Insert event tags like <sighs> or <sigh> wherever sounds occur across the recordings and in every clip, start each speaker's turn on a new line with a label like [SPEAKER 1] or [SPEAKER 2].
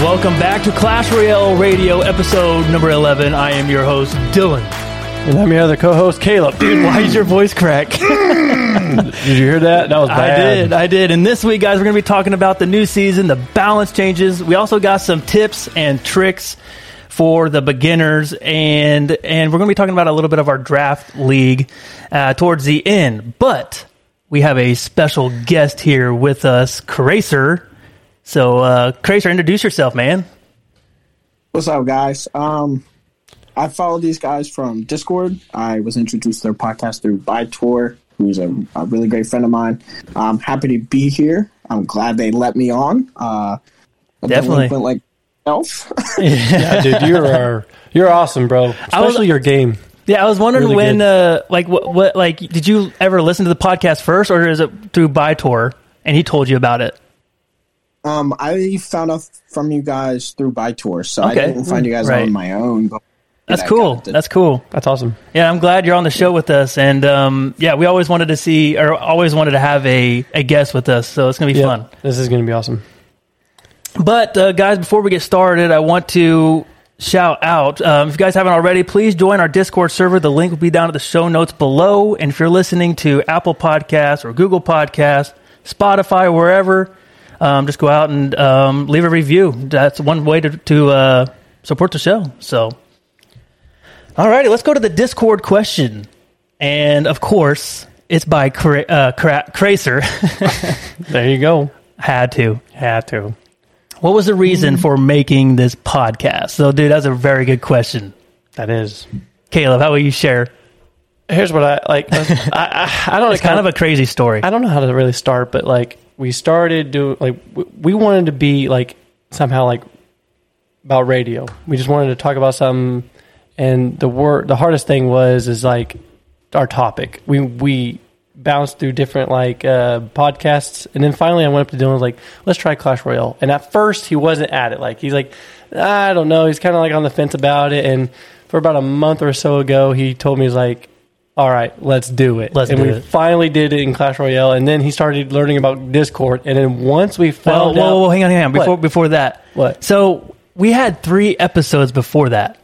[SPEAKER 1] Welcome back to Clash Royale Radio, episode number 11. I am your host, Dylan.
[SPEAKER 2] And I'm your other co-host, Caleb.
[SPEAKER 1] Dude, why is your voice
[SPEAKER 2] <laughs>
[SPEAKER 1] crack?
[SPEAKER 2] Did you hear that? That was
[SPEAKER 1] I
[SPEAKER 2] bad.
[SPEAKER 1] did, I did. And this week, guys, we're going to be talking about the new season, the balance changes. We also got some tips and tricks for the beginners, and and we're going to be talking about a little bit of our draft league uh, towards the end. But we have a special guest here with us, Cracer. So, uh, Cracer, introduce yourself, man.
[SPEAKER 3] What's up, guys? Um, I follow these guys from Discord. I was introduced to their podcast through Bytor, who's a, a really great friend of mine. I'm happy to be here. I'm glad they let me on. Uh, a
[SPEAKER 1] Definitely.
[SPEAKER 3] delinquent like elf.
[SPEAKER 2] Yeah, dude, you're our, you're awesome, bro. Especially
[SPEAKER 1] was-
[SPEAKER 2] your game.
[SPEAKER 1] Yeah, I was wondering
[SPEAKER 2] Really
[SPEAKER 1] when, uh, like, what, what, like, did you ever listen to the podcast first, or is it through Bytor and he told you about it?
[SPEAKER 3] <laughs> um, I found out from you guys through Bytor, so
[SPEAKER 1] Okay.
[SPEAKER 3] I didn't find you guys
[SPEAKER 1] Right.
[SPEAKER 3] on my own. But
[SPEAKER 1] That's
[SPEAKER 3] I
[SPEAKER 1] cool.
[SPEAKER 3] got it.
[SPEAKER 1] That's cool.
[SPEAKER 2] That's awesome.
[SPEAKER 1] Yeah, I'm glad you're on the show with us, and um, yeah, we always wanted to see, or always wanted to have a a guest with us, so it's gonna be
[SPEAKER 2] Yeah,
[SPEAKER 1] fun.
[SPEAKER 2] This is gonna be awesome.
[SPEAKER 1] But uh, guys, before we get started, I want to shout out. Um, if you guys haven't already, please join our Discord server. The link will be down at the show notes below. And if you're listening to Apple Podcasts or Google Podcasts, Spotify, wherever, um, just go out and um, leave a review. That's one way to, to uh, support the show. So, all righty, let's go to the Discord question. And of course, it's by Cra- uh, Cra- <laughs> Cracer.
[SPEAKER 2] There you go.
[SPEAKER 1] Had to.
[SPEAKER 2] Have to.
[SPEAKER 1] What was the reason
[SPEAKER 2] Mm-hmm.
[SPEAKER 1] for making this podcast? So, dude, that's a very good question.
[SPEAKER 2] That is.
[SPEAKER 1] Caleb, how will you share?
[SPEAKER 2] Here's what I like. I, I, I don't.
[SPEAKER 1] It's kind of a crazy story.
[SPEAKER 2] I don't know how to really start, but like we started doing like we, we wanted to be like somehow like about radio. We just wanted to talk about something, and the word the hardest thing was is like our topic. We we bounced through different like uh, podcasts, and then finally I went up to Dylan was like, "Let's try Clash Royale." And at first he wasn't at it. Like he's like, I don't know. He's kind of like on the fence about it, and for about a month or so ago, he told me he's like. All right, let's do it.
[SPEAKER 1] Let's
[SPEAKER 2] and
[SPEAKER 1] do
[SPEAKER 2] we
[SPEAKER 1] it.
[SPEAKER 2] finally did it in Clash Royale, and then he started learning about Discord. And then once we
[SPEAKER 1] Well,
[SPEAKER 2] found
[SPEAKER 1] whoa, whoa,
[SPEAKER 2] out,
[SPEAKER 1] hang on, hang on. Before
[SPEAKER 2] What?
[SPEAKER 1] before that,
[SPEAKER 2] What?
[SPEAKER 1] So we had three episodes before that,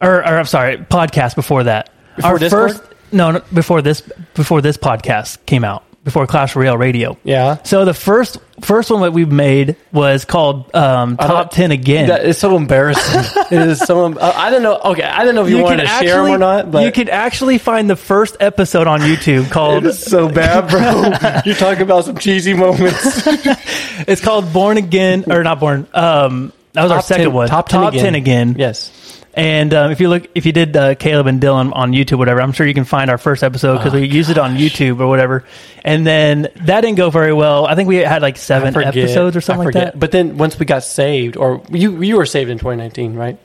[SPEAKER 1] or, or I'm sorry, podcast before that.
[SPEAKER 2] Before Discord?
[SPEAKER 1] first, no, no, before this, before this podcast came out, before Clash Royale Radio.
[SPEAKER 2] yeah,
[SPEAKER 1] So the first first one that we made was called um,
[SPEAKER 2] don't-
[SPEAKER 1] Top Ten Again.
[SPEAKER 2] That is so embarrassing. <laughs> it is so. Em- I I don't know. Okay, I don't know if you, wanted to share them or not, but
[SPEAKER 1] you can actually find the first episode on YouTube called
[SPEAKER 2] <laughs> It's so bad,
[SPEAKER 1] <laughs>
[SPEAKER 2] bro. you talk about some cheesy moments.
[SPEAKER 1] It's called Born Again or not Born. Um, that was our second one.
[SPEAKER 2] Top ten. again. Yes.
[SPEAKER 1] And um, if you look, if you did uh, Caleb and Dylan on YouTube, whatever, I'm sure you can find our first episode
[SPEAKER 2] Oh,
[SPEAKER 1] because we used it on YouTube or whatever. And then that didn't go very well. I think we had like seven episodes or something like that. But
[SPEAKER 2] But then once we got saved, or you you were saved in 2019, right?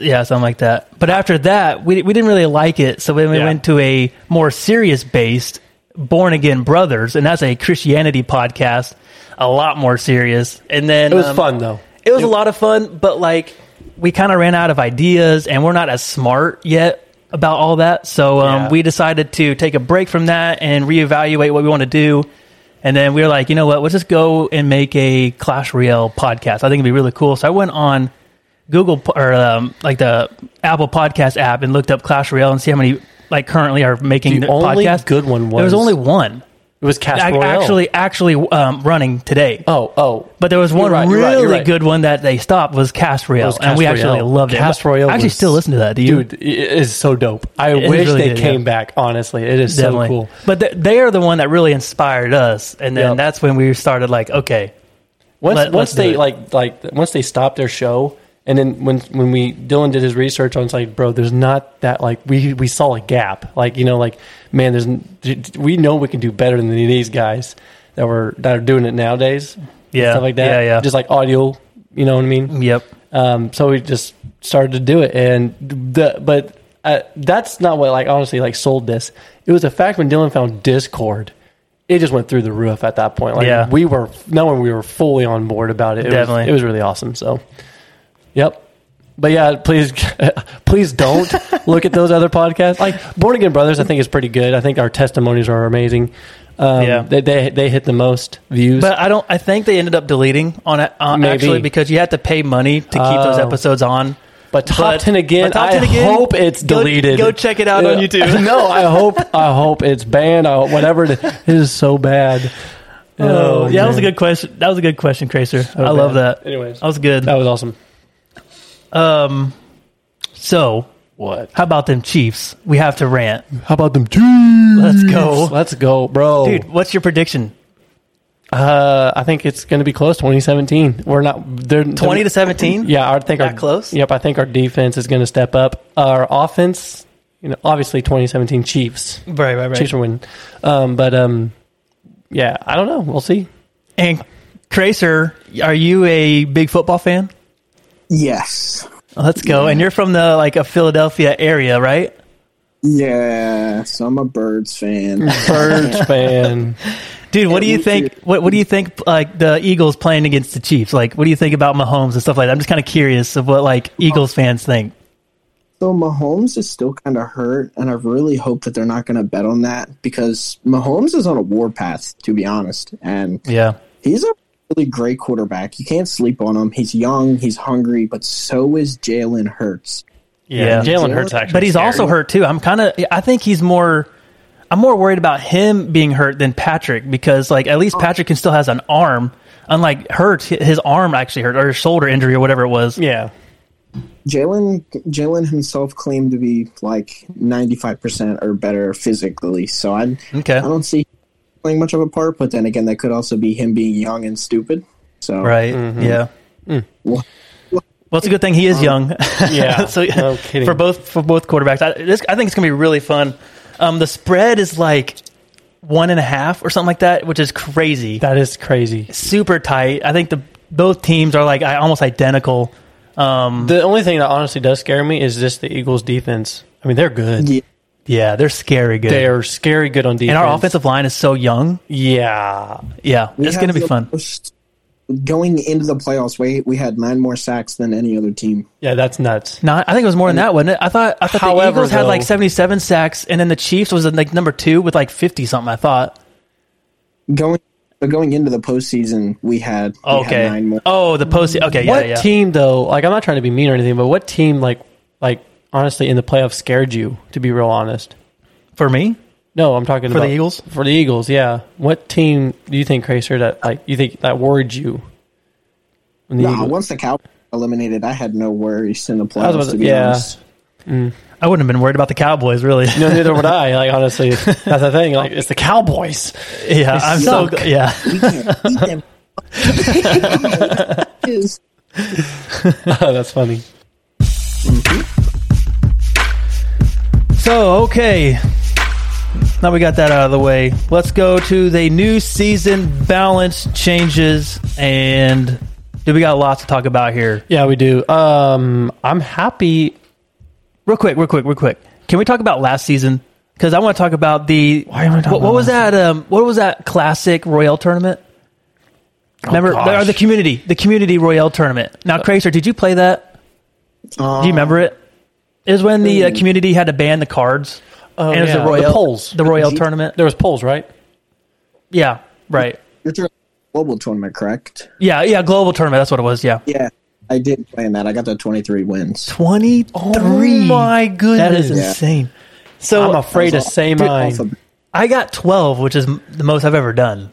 [SPEAKER 1] yeah, something like that. But after that, we we didn't really like it, so then we
[SPEAKER 2] Yeah.
[SPEAKER 1] went to a more serious based Born Again Brothers, and that's a Christianity podcast, a lot more serious. And then
[SPEAKER 2] It was
[SPEAKER 1] um,
[SPEAKER 2] fun though.
[SPEAKER 1] it was a lot of fun, but like we kind of ran out of ideas and we're not as smart yet about all that. So um,
[SPEAKER 2] Yeah.
[SPEAKER 1] we decided to take a break from that and reevaluate what we want to do. And then we were like, you know what? Let's just go and make a Clash Royale podcast. I think it'd be really cool. So I went on Google p- or um, like the Apple Podcast app and looked up Clash Royale and see how many like currently are making
[SPEAKER 2] The
[SPEAKER 1] their
[SPEAKER 2] only
[SPEAKER 1] podcast.
[SPEAKER 2] good one
[SPEAKER 1] there was
[SPEAKER 2] was-
[SPEAKER 1] only one
[SPEAKER 2] It was Cast
[SPEAKER 1] ac-
[SPEAKER 2] Royale.
[SPEAKER 1] actually actually um, running today.
[SPEAKER 2] Oh, oh.
[SPEAKER 1] But there was one
[SPEAKER 2] right, you're
[SPEAKER 1] really
[SPEAKER 2] right, you're right.
[SPEAKER 1] good one that they stopped was Cast Royale,
[SPEAKER 2] was
[SPEAKER 1] and we
[SPEAKER 2] Cast
[SPEAKER 1] actually
[SPEAKER 2] Royale.
[SPEAKER 1] loved it.
[SPEAKER 2] Cast Royale
[SPEAKER 1] I actually
[SPEAKER 2] was-
[SPEAKER 1] still listen to that, do you?
[SPEAKER 2] Dude, it is so dope. I
[SPEAKER 1] is
[SPEAKER 2] wish
[SPEAKER 1] really
[SPEAKER 2] they
[SPEAKER 1] good, yeah.
[SPEAKER 2] came back. Honestly, it is
[SPEAKER 1] definitely.
[SPEAKER 2] so cool.
[SPEAKER 1] But th- they are the one that really inspired us, and then
[SPEAKER 2] Yep.
[SPEAKER 1] that's when we started like, okay,
[SPEAKER 2] Once
[SPEAKER 1] Let- let's
[SPEAKER 2] once
[SPEAKER 1] do
[SPEAKER 2] they
[SPEAKER 1] it.
[SPEAKER 2] like like once they stopped their show, and then when when we Dylan did his research on, it's like, bro, there's not that like we we saw a gap. Like you know, like man, there's n- d- d- we know we can do better than these guys that were that are doing it nowadays. and
[SPEAKER 1] Yeah,
[SPEAKER 2] stuff like that.
[SPEAKER 1] yeah, yeah.
[SPEAKER 2] Just like audio, you know what I mean?
[SPEAKER 1] yep,
[SPEAKER 2] Um, so we just started to do it, and the but uh, that's not what like honestly like sold this. It was the fact when Dylan found Discord, it just went through the roof at that point. Like
[SPEAKER 1] Yeah.
[SPEAKER 2] we were knowing we were fully on board about it. It
[SPEAKER 1] Definitely.
[SPEAKER 2] was, it was really awesome. So, yep. But yeah, please, <laughs>
[SPEAKER 1] <laughs>
[SPEAKER 2] please don't look at those other podcasts. Like Born Again Brothers, I think is pretty good. I think our testimonies are amazing. Um,
[SPEAKER 1] Yeah.
[SPEAKER 2] they, they they hit the most views.
[SPEAKER 1] But I don't. I think they ended up deleting on it uh,
[SPEAKER 2] Maybe.
[SPEAKER 1] actually because you had to pay money to keep those
[SPEAKER 2] Oh.
[SPEAKER 1] episodes on.
[SPEAKER 2] But top
[SPEAKER 1] But-
[SPEAKER 2] ten again.
[SPEAKER 1] but top 10
[SPEAKER 2] I
[SPEAKER 1] again,
[SPEAKER 2] hope it's
[SPEAKER 1] go-
[SPEAKER 2] deleted.
[SPEAKER 1] go check it out on YouTube.
[SPEAKER 2] <laughs> no,
[SPEAKER 1] <laughs>
[SPEAKER 2] I hope I hope it's banned. I hope, whatever it is, it is so bad.
[SPEAKER 1] Oh, yeah, that was a
[SPEAKER 2] man.
[SPEAKER 1] good question. That was a good question, Cracer. I love
[SPEAKER 2] man.
[SPEAKER 1] that.
[SPEAKER 2] Anyways.
[SPEAKER 1] that was good.
[SPEAKER 2] That was awesome.
[SPEAKER 1] Um, so
[SPEAKER 2] What?
[SPEAKER 1] how about them Chiefs? We have to rant.
[SPEAKER 2] How about them two?
[SPEAKER 1] Let's go,
[SPEAKER 2] Oh, Let's go, bro.
[SPEAKER 1] dude. What's your prediction?
[SPEAKER 2] Uh, I think it's going to be close. Twenty seventeen. We're not. They're
[SPEAKER 1] Twenty to seventeen.
[SPEAKER 2] Yeah, I think
[SPEAKER 1] That
[SPEAKER 2] our,
[SPEAKER 1] close?
[SPEAKER 2] Yep, I think our defense is going to step up. Our offense, you know, obviously twenty seventeen Chiefs.
[SPEAKER 1] Right, right, right.
[SPEAKER 2] Chiefs are winning. Um, but um, yeah, I don't know. We'll see.
[SPEAKER 1] And Cracer, are you a big football fan?
[SPEAKER 3] Yes.
[SPEAKER 1] Let's go. And you're from the like a Philadelphia area, right?
[SPEAKER 3] Yes. I'm a
[SPEAKER 1] <laughs>
[SPEAKER 3] Birds fan.
[SPEAKER 2] Birds fan.
[SPEAKER 1] Dude, what do you
[SPEAKER 3] me
[SPEAKER 1] think? What, what do you think? Like the Eagles playing against the Chiefs. Like, what do you think about Mahomes and stuff like that? I'm just kind of curious of what like Eagles fans think.
[SPEAKER 3] So Mahomes is still kind of hurt, and I really hope that they're not going to bet on that because Mahomes is on a warpath, to be honest. And
[SPEAKER 1] Yeah,
[SPEAKER 3] he's a really great quarterback. You can't sleep on him. He's young, he's hungry, but so is Jalen Hurts.
[SPEAKER 1] Yeah.
[SPEAKER 2] Jalen Hurts actually,
[SPEAKER 1] but he's
[SPEAKER 2] scary.
[SPEAKER 1] also hurt too. I'm kind of. I think he's more. I'm more worried about him being hurt than Patrick because like at
[SPEAKER 2] Oh.
[SPEAKER 1] least Patrick can still has an arm. Unlike Hurts, hi- his arm actually hurt or his shoulder injury or whatever it was.
[SPEAKER 2] Yeah,
[SPEAKER 3] Jalen Jalen himself claimed to be like ninety five percent or better physically. So I
[SPEAKER 1] Okay.
[SPEAKER 3] I don't see him playing much of a part, but then again that could also be him being young and stupid. So
[SPEAKER 1] Right.
[SPEAKER 2] Mm-hmm.
[SPEAKER 1] Yeah.
[SPEAKER 2] Mm.
[SPEAKER 3] Well-
[SPEAKER 1] Well, it's a good thing he is young.
[SPEAKER 2] Um,
[SPEAKER 1] <laughs>
[SPEAKER 2] yeah.
[SPEAKER 1] so
[SPEAKER 2] no kidding.
[SPEAKER 1] for both for both quarterbacks, I, this, I think it's gonna be really fun. Um, the spread is like one and a half or something like that, which is crazy.
[SPEAKER 2] that is crazy.
[SPEAKER 1] Super tight. I think the both teams are like I- almost identical. Um,
[SPEAKER 2] The only thing that honestly does scare me is just the Eagles' defense. I mean, they're good.
[SPEAKER 3] Yeah.
[SPEAKER 1] yeah, they're scary good.
[SPEAKER 2] They are scary good on defense.
[SPEAKER 1] and our offensive line is so young.
[SPEAKER 2] yeah,
[SPEAKER 1] Yeah,
[SPEAKER 3] We
[SPEAKER 1] it's
[SPEAKER 3] have
[SPEAKER 1] gonna be
[SPEAKER 3] the
[SPEAKER 1] fun.
[SPEAKER 3] most- going into the playoffs, we we had nine more sacks than any other team.
[SPEAKER 2] yeah, that's nuts.
[SPEAKER 1] Not, I think it was more than that, wasn't it? I thought I thought the
[SPEAKER 2] However,
[SPEAKER 1] Eagles had like
[SPEAKER 2] though-
[SPEAKER 1] seventy-seven sacks, and then the Chiefs was like number two with like fifty something. I thought.
[SPEAKER 3] Going but going into the postseason, we had we had nine
[SPEAKER 1] Okay.
[SPEAKER 3] more.
[SPEAKER 1] Oh, the post. Okay, yeah,
[SPEAKER 2] what
[SPEAKER 1] yeah.
[SPEAKER 2] team though? Like, I'm not trying to be mean or anything, but what team like like honestly in the playoffs scared you? To be real honest.
[SPEAKER 1] For me,
[SPEAKER 2] No, I'm talking
[SPEAKER 1] For the
[SPEAKER 2] about
[SPEAKER 1] Eagles?
[SPEAKER 2] For the Eagles, yeah. What team do you think, Cracer, that like you think that worried you? When the
[SPEAKER 3] Nah,
[SPEAKER 2] Eagles-
[SPEAKER 3] once the Cow eliminated, I had no worries in the
[SPEAKER 2] was
[SPEAKER 3] playoffs.
[SPEAKER 2] about
[SPEAKER 3] To
[SPEAKER 2] to-
[SPEAKER 3] be
[SPEAKER 2] yeah.
[SPEAKER 3] honest,
[SPEAKER 1] I wouldn't have been worried about the Cowboys, really.
[SPEAKER 2] no, neither would I. Like honestly, that's the <laughs> thing. Like it's the Cowboys.
[SPEAKER 1] <laughs> yeah, I'm so
[SPEAKER 2] suck.
[SPEAKER 1] gl- yeah.
[SPEAKER 3] we can't beat them.
[SPEAKER 1] <laughs>
[SPEAKER 3] <laughs> Is-
[SPEAKER 2] <laughs> that's funny.
[SPEAKER 1] So okay, now we got that out of the way. Let's go to the new season balance changes, and do we got lots to talk about here?
[SPEAKER 2] Yeah, we do. Um, I'm happy.
[SPEAKER 1] Real quick, real quick, real quick. Can we talk about last season? Because I want to talk about the
[SPEAKER 2] am I talking
[SPEAKER 1] what, what
[SPEAKER 2] about
[SPEAKER 1] was
[SPEAKER 2] last
[SPEAKER 1] that? Um, what was that classic Royale tournament? Remember
[SPEAKER 2] Oh, gosh. Uh,
[SPEAKER 1] or the community, the community Royale tournament. Now, Cracer, did you play that?
[SPEAKER 3] Uh,
[SPEAKER 1] Do you remember it? It was when the uh, community had to ban the cards.
[SPEAKER 2] Oh,
[SPEAKER 1] and it was
[SPEAKER 2] yeah,
[SPEAKER 1] the
[SPEAKER 2] the
[SPEAKER 1] Royale,
[SPEAKER 2] polls.
[SPEAKER 1] the Royale
[SPEAKER 3] G-
[SPEAKER 1] tournament.
[SPEAKER 2] There was polls, right?
[SPEAKER 1] Yeah, right.
[SPEAKER 3] You're talking about global tournament, correct?
[SPEAKER 1] Yeah, yeah. Global tournament. That's what it was. Yeah,
[SPEAKER 3] Yeah, I did play in that. I got the 23 wins.
[SPEAKER 1] twenty three.
[SPEAKER 2] my goodness.
[SPEAKER 1] that is
[SPEAKER 3] Yeah.
[SPEAKER 1] insane. Oh So
[SPEAKER 2] I'm afraid to
[SPEAKER 3] That was
[SPEAKER 2] say
[SPEAKER 3] off-
[SPEAKER 2] mine.
[SPEAKER 3] off of-
[SPEAKER 1] I got twelve, which is m- the most I've ever done.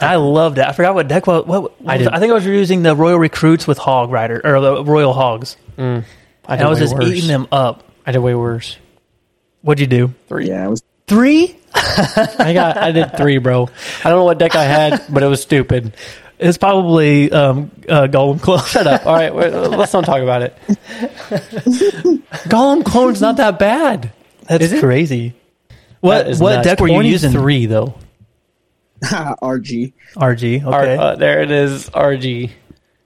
[SPEAKER 1] I loved it. I forgot what deck was. What, what
[SPEAKER 2] I
[SPEAKER 1] was-
[SPEAKER 2] did-
[SPEAKER 1] I think I was using the Royal Recruits with Hog Rider or the Royal Hogs,
[SPEAKER 2] I, did
[SPEAKER 1] and I was
[SPEAKER 2] way
[SPEAKER 1] just
[SPEAKER 2] worse.
[SPEAKER 1] eating them up.
[SPEAKER 2] I did way worse.
[SPEAKER 1] What'd you do?
[SPEAKER 3] Yeah, it was <laughs>
[SPEAKER 1] Three?
[SPEAKER 2] I got. I did three, bro. I don't know what deck I had, but it was stupid.
[SPEAKER 1] It's probably um, uh, Golem Club.
[SPEAKER 2] <laughs> Shut up. All right, wait, let's not talk about it. Golem clone's not that bad.
[SPEAKER 1] <laughs> That's
[SPEAKER 2] Is it?
[SPEAKER 1] crazy. What
[SPEAKER 2] That is
[SPEAKER 1] what
[SPEAKER 2] nuts.
[SPEAKER 1] deck were you using?
[SPEAKER 2] 23, though.
[SPEAKER 3] RG.
[SPEAKER 1] RG.
[SPEAKER 2] Our-
[SPEAKER 1] Okay,
[SPEAKER 2] uh, there it is, RG.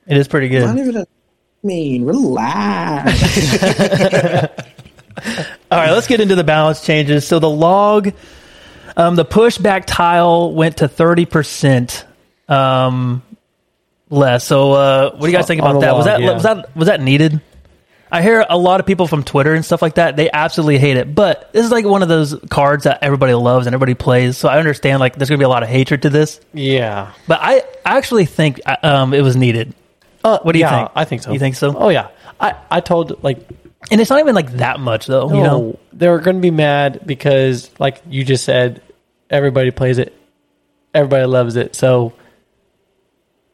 [SPEAKER 1] it is pretty
[SPEAKER 3] Not
[SPEAKER 1] good.
[SPEAKER 3] even a mean. Relax.
[SPEAKER 1] All right, let's get into the balance changes. So the log, um, the pushback tile went to thirty percent um, less. So uh, what do you guys think
[SPEAKER 2] On
[SPEAKER 1] about
[SPEAKER 2] the
[SPEAKER 1] that? was
[SPEAKER 2] log,
[SPEAKER 1] that
[SPEAKER 2] yeah.
[SPEAKER 1] was that was that needed? I hear a lot of people from Twitter and stuff like that. They absolutely hate it, but this is like one of those cards that everybody loves and everybody plays. So I understand like there's gonna be a lot of hatred to this,
[SPEAKER 2] Yeah.
[SPEAKER 1] but I actually think uh, um, it was needed.
[SPEAKER 2] Uh,
[SPEAKER 1] What do you
[SPEAKER 2] yeah,
[SPEAKER 1] think?
[SPEAKER 2] I think so.
[SPEAKER 1] You think so?
[SPEAKER 2] Oh yeah. I, I told like
[SPEAKER 1] And it's not even like that much though. You know,
[SPEAKER 2] no, Oh, they're going to be mad because like you just said, everybody plays it, everybody loves it. So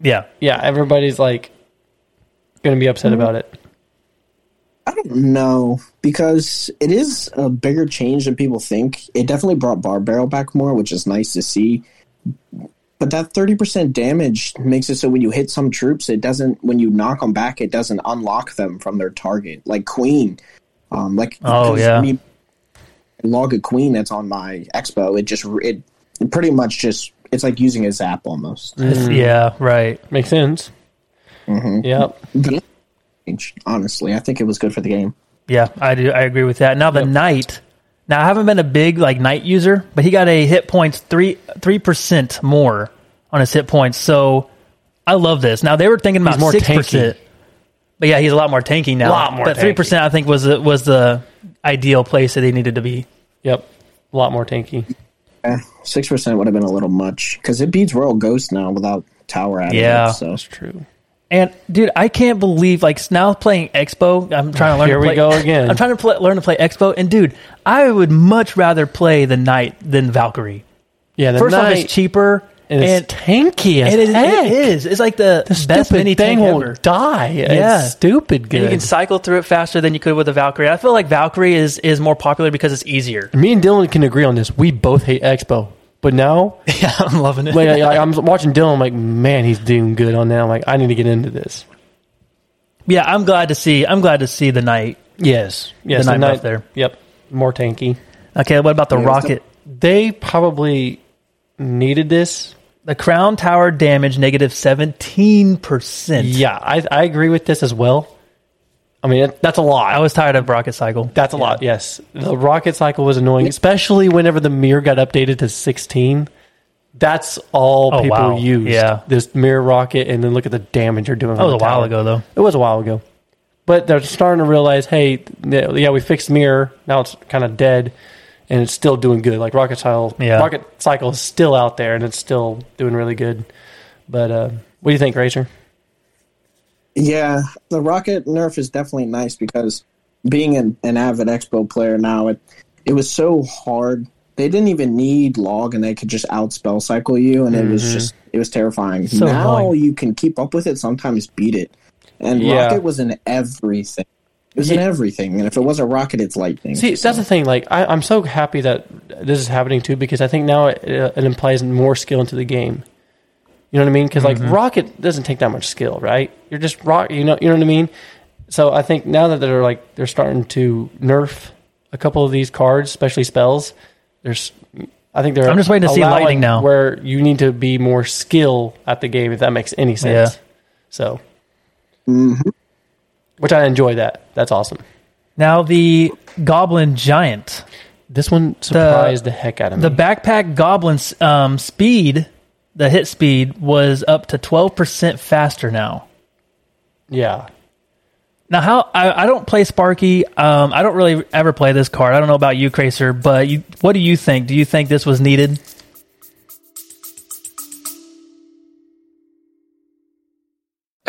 [SPEAKER 1] yeah.
[SPEAKER 2] yeah, everybody's like going to be upset about it.
[SPEAKER 3] I don't know because it is a bigger change than people think. It definitely brought Bar Barrel back more, which is nice to see. But that thirty percent damage makes it so when you hit some troops, it doesn't. When you knock them back, it doesn't unlock them from their target. Like Queen, um, like
[SPEAKER 1] Oh,
[SPEAKER 3] because
[SPEAKER 1] yeah.
[SPEAKER 3] me- log a Queen that's on my expo. It just it pretty much just it's like using a zap almost.
[SPEAKER 1] It's-
[SPEAKER 2] Mm.
[SPEAKER 1] yeah, right.
[SPEAKER 2] Makes sense. Yep.
[SPEAKER 1] Mm.
[SPEAKER 3] Honestly, I think it was good for the game.
[SPEAKER 1] Yeah, I do. I agree with that. Now the knight. Now I haven't been a big like knight user, but he got a hit points three three percent more on his hit points. So I love this. Now they were thinking about
[SPEAKER 2] more
[SPEAKER 1] six percent, but yeah, he's a lot more tanky now.
[SPEAKER 2] Lot more
[SPEAKER 1] but
[SPEAKER 2] tanky.
[SPEAKER 1] three percent, I think, was the, was the ideal place that he needed to be.
[SPEAKER 2] Yep. A lot more tanky.
[SPEAKER 3] Six percent would have been a little much because it beats Royal Ghost now without Tower added.
[SPEAKER 1] Yeah.
[SPEAKER 3] so
[SPEAKER 2] That's true.
[SPEAKER 1] And dude, I can't believe like s- now playing Expo. I'm trying to learn.
[SPEAKER 2] Here
[SPEAKER 1] to
[SPEAKER 2] we
[SPEAKER 1] play-
[SPEAKER 2] go
[SPEAKER 1] <laughs>
[SPEAKER 2] again.
[SPEAKER 1] I'm trying to pl- learn to play Expo. And dude, I would much rather play the knight than Valkyrie.
[SPEAKER 2] Yeah. The
[SPEAKER 1] First off,
[SPEAKER 2] knight
[SPEAKER 1] it's cheaper
[SPEAKER 2] is
[SPEAKER 1] and
[SPEAKER 2] tanky as
[SPEAKER 1] It is,
[SPEAKER 2] heck.
[SPEAKER 1] it is. It's like the,
[SPEAKER 2] The
[SPEAKER 1] best mini
[SPEAKER 2] stupid thing
[SPEAKER 1] tank
[SPEAKER 2] will
[SPEAKER 1] ever.
[SPEAKER 2] die.
[SPEAKER 1] Yeah.
[SPEAKER 2] It's stupid good.
[SPEAKER 1] And you can cycle through it faster than you could with a Valkyrie. I feel like Valkyrie is, is more popular because it's
[SPEAKER 2] <laughs>
[SPEAKER 1] easier.
[SPEAKER 2] Me and Dylan can agree on this. We both hate Expo, but now
[SPEAKER 1] Yeah, I'm loving it.
[SPEAKER 2] like, I- I- I'm watching Dylan. I'm like, man, he's doing good on that. I'm like, I need to get into this.
[SPEAKER 1] yeah, I'm glad to see. I'm glad to see the knight.
[SPEAKER 2] Yes, yes,
[SPEAKER 1] The
[SPEAKER 2] and
[SPEAKER 1] knight
[SPEAKER 2] that-
[SPEAKER 1] buff there.
[SPEAKER 2] Yep, more tanky.
[SPEAKER 1] Okay, what about the rocket?
[SPEAKER 2] They probably needed this.
[SPEAKER 1] The crown tower damage negative seventeen percent.
[SPEAKER 2] Yeah, I, I agree with this as well. I mean, it, that's a lot.
[SPEAKER 1] I was tired of rocket cycle.
[SPEAKER 2] that's a lot. Yes, the rocket cycle was annoying, especially whenever the mirror got updated to 16. That's all
[SPEAKER 1] Oh,
[SPEAKER 2] people
[SPEAKER 1] wow.
[SPEAKER 2] used.
[SPEAKER 1] Yeah.
[SPEAKER 2] this mirror rocket, and then look at the damage you're doing.
[SPEAKER 1] That was a while ago though.
[SPEAKER 2] It was a while ago. But they're starting to realize, hey, th- yeah, we fixed mirror. Now it's kind of dead, and it's still doing good. Like rocket cycle,
[SPEAKER 1] Yeah.
[SPEAKER 2] rocket cycle is still out there, and it's still doing really good. But uh, what do you think, Racer?
[SPEAKER 3] yeah, the rocket nerf is definitely nice because being an, an avid Expo player now, it it was so hard. They didn't even need log, and they could just outspell cycle you, and it was just it was terrifying.
[SPEAKER 1] Mm-hmm. So
[SPEAKER 3] now
[SPEAKER 1] annoying.
[SPEAKER 3] you can keep up with it, sometimes beat it. And
[SPEAKER 2] Yeah.
[SPEAKER 3] rocket was in everything. It was in everything, and if it was a rocket, it's lightning.
[SPEAKER 2] See, that's the thing. Like, I, I'm so happy that this is happening too, because I think now it, uh, it implies more skill into the game. You know what I mean? Because
[SPEAKER 1] Mm-hmm.
[SPEAKER 2] like rocket doesn't take that much skill, right? You're just rock. You know, you know what I mean. So I think now that they're like they're starting to nerf a couple of these cards, especially spells. There's, I think they're.
[SPEAKER 1] I'm just waiting to see
[SPEAKER 2] allowing
[SPEAKER 1] lightning now.
[SPEAKER 2] where you need to be more skill at the game, if that makes any sense.
[SPEAKER 1] Yeah.
[SPEAKER 2] So, which I enjoy that. That's awesome.
[SPEAKER 1] Now the goblin giant.
[SPEAKER 2] This one surprised the, heck out of me.
[SPEAKER 1] The backpack goblin's um, speed, the hit speed was up to twelve percent faster now.
[SPEAKER 2] Yeah.
[SPEAKER 1] Now, how I, I don't play Sparky. Um, I don't really ever play this card. I don't know about you, Cracer, but you, what do you think? Do you think this was needed?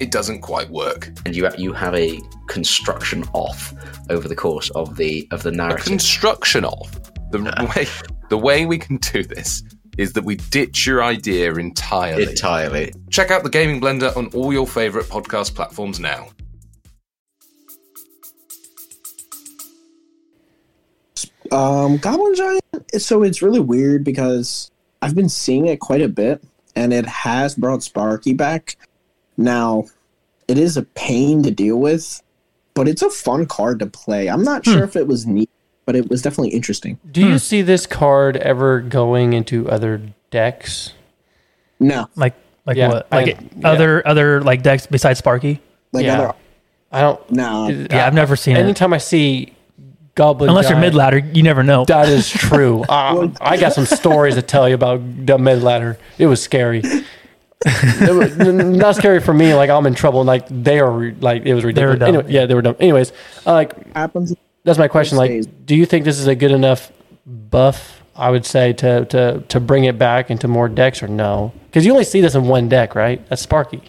[SPEAKER 4] it doesn't quite work.
[SPEAKER 5] And you you have a construction off over the course of the of the
[SPEAKER 4] A
[SPEAKER 5] narrative.
[SPEAKER 4] construction of the way the way we can do this is that we ditch your idea entirely.
[SPEAKER 5] Entirely.
[SPEAKER 4] Check out the Gaming Blender on all your favorite podcast platforms now.
[SPEAKER 3] Um, Goblin Giant. So it's really weird because I've been seeing it quite a bit, and it has brought Sparky back. Now, it is a pain to deal with, but it's a fun card to play. I'm not
[SPEAKER 1] Hmm.
[SPEAKER 3] sure if it was neat, but it was definitely interesting.
[SPEAKER 2] Do you see this card ever going into other decks?
[SPEAKER 3] No,
[SPEAKER 1] Like like
[SPEAKER 2] Yeah,
[SPEAKER 1] what?
[SPEAKER 2] I-
[SPEAKER 1] Like
[SPEAKER 2] yeah.
[SPEAKER 1] other other like decks besides Sparky?
[SPEAKER 3] like
[SPEAKER 2] Yeah.
[SPEAKER 3] other
[SPEAKER 2] I don't.
[SPEAKER 3] no.
[SPEAKER 1] Yeah, I've never seen it.
[SPEAKER 2] Anytime I see goblin,
[SPEAKER 1] Unless you're mid
[SPEAKER 2] giant-
[SPEAKER 1] ladder, you never know.
[SPEAKER 2] That is
[SPEAKER 1] <laughs>
[SPEAKER 2] true. Uh, I got some stories to tell you about the mid ladder. It was scary. It was n- not scary for me. Like I'm in trouble. And, like they are. Like it was ridiculous.
[SPEAKER 1] dumb.
[SPEAKER 2] Anyway, yeah, they were dumb. Anyways, uh, like
[SPEAKER 3] happens.
[SPEAKER 2] that's my question.
[SPEAKER 3] Stays.
[SPEAKER 2] Like, do you think this is a good enough buff? I would say to to to bring it back into more decks or no? Because you only see this in one deck, right? That's Sparky.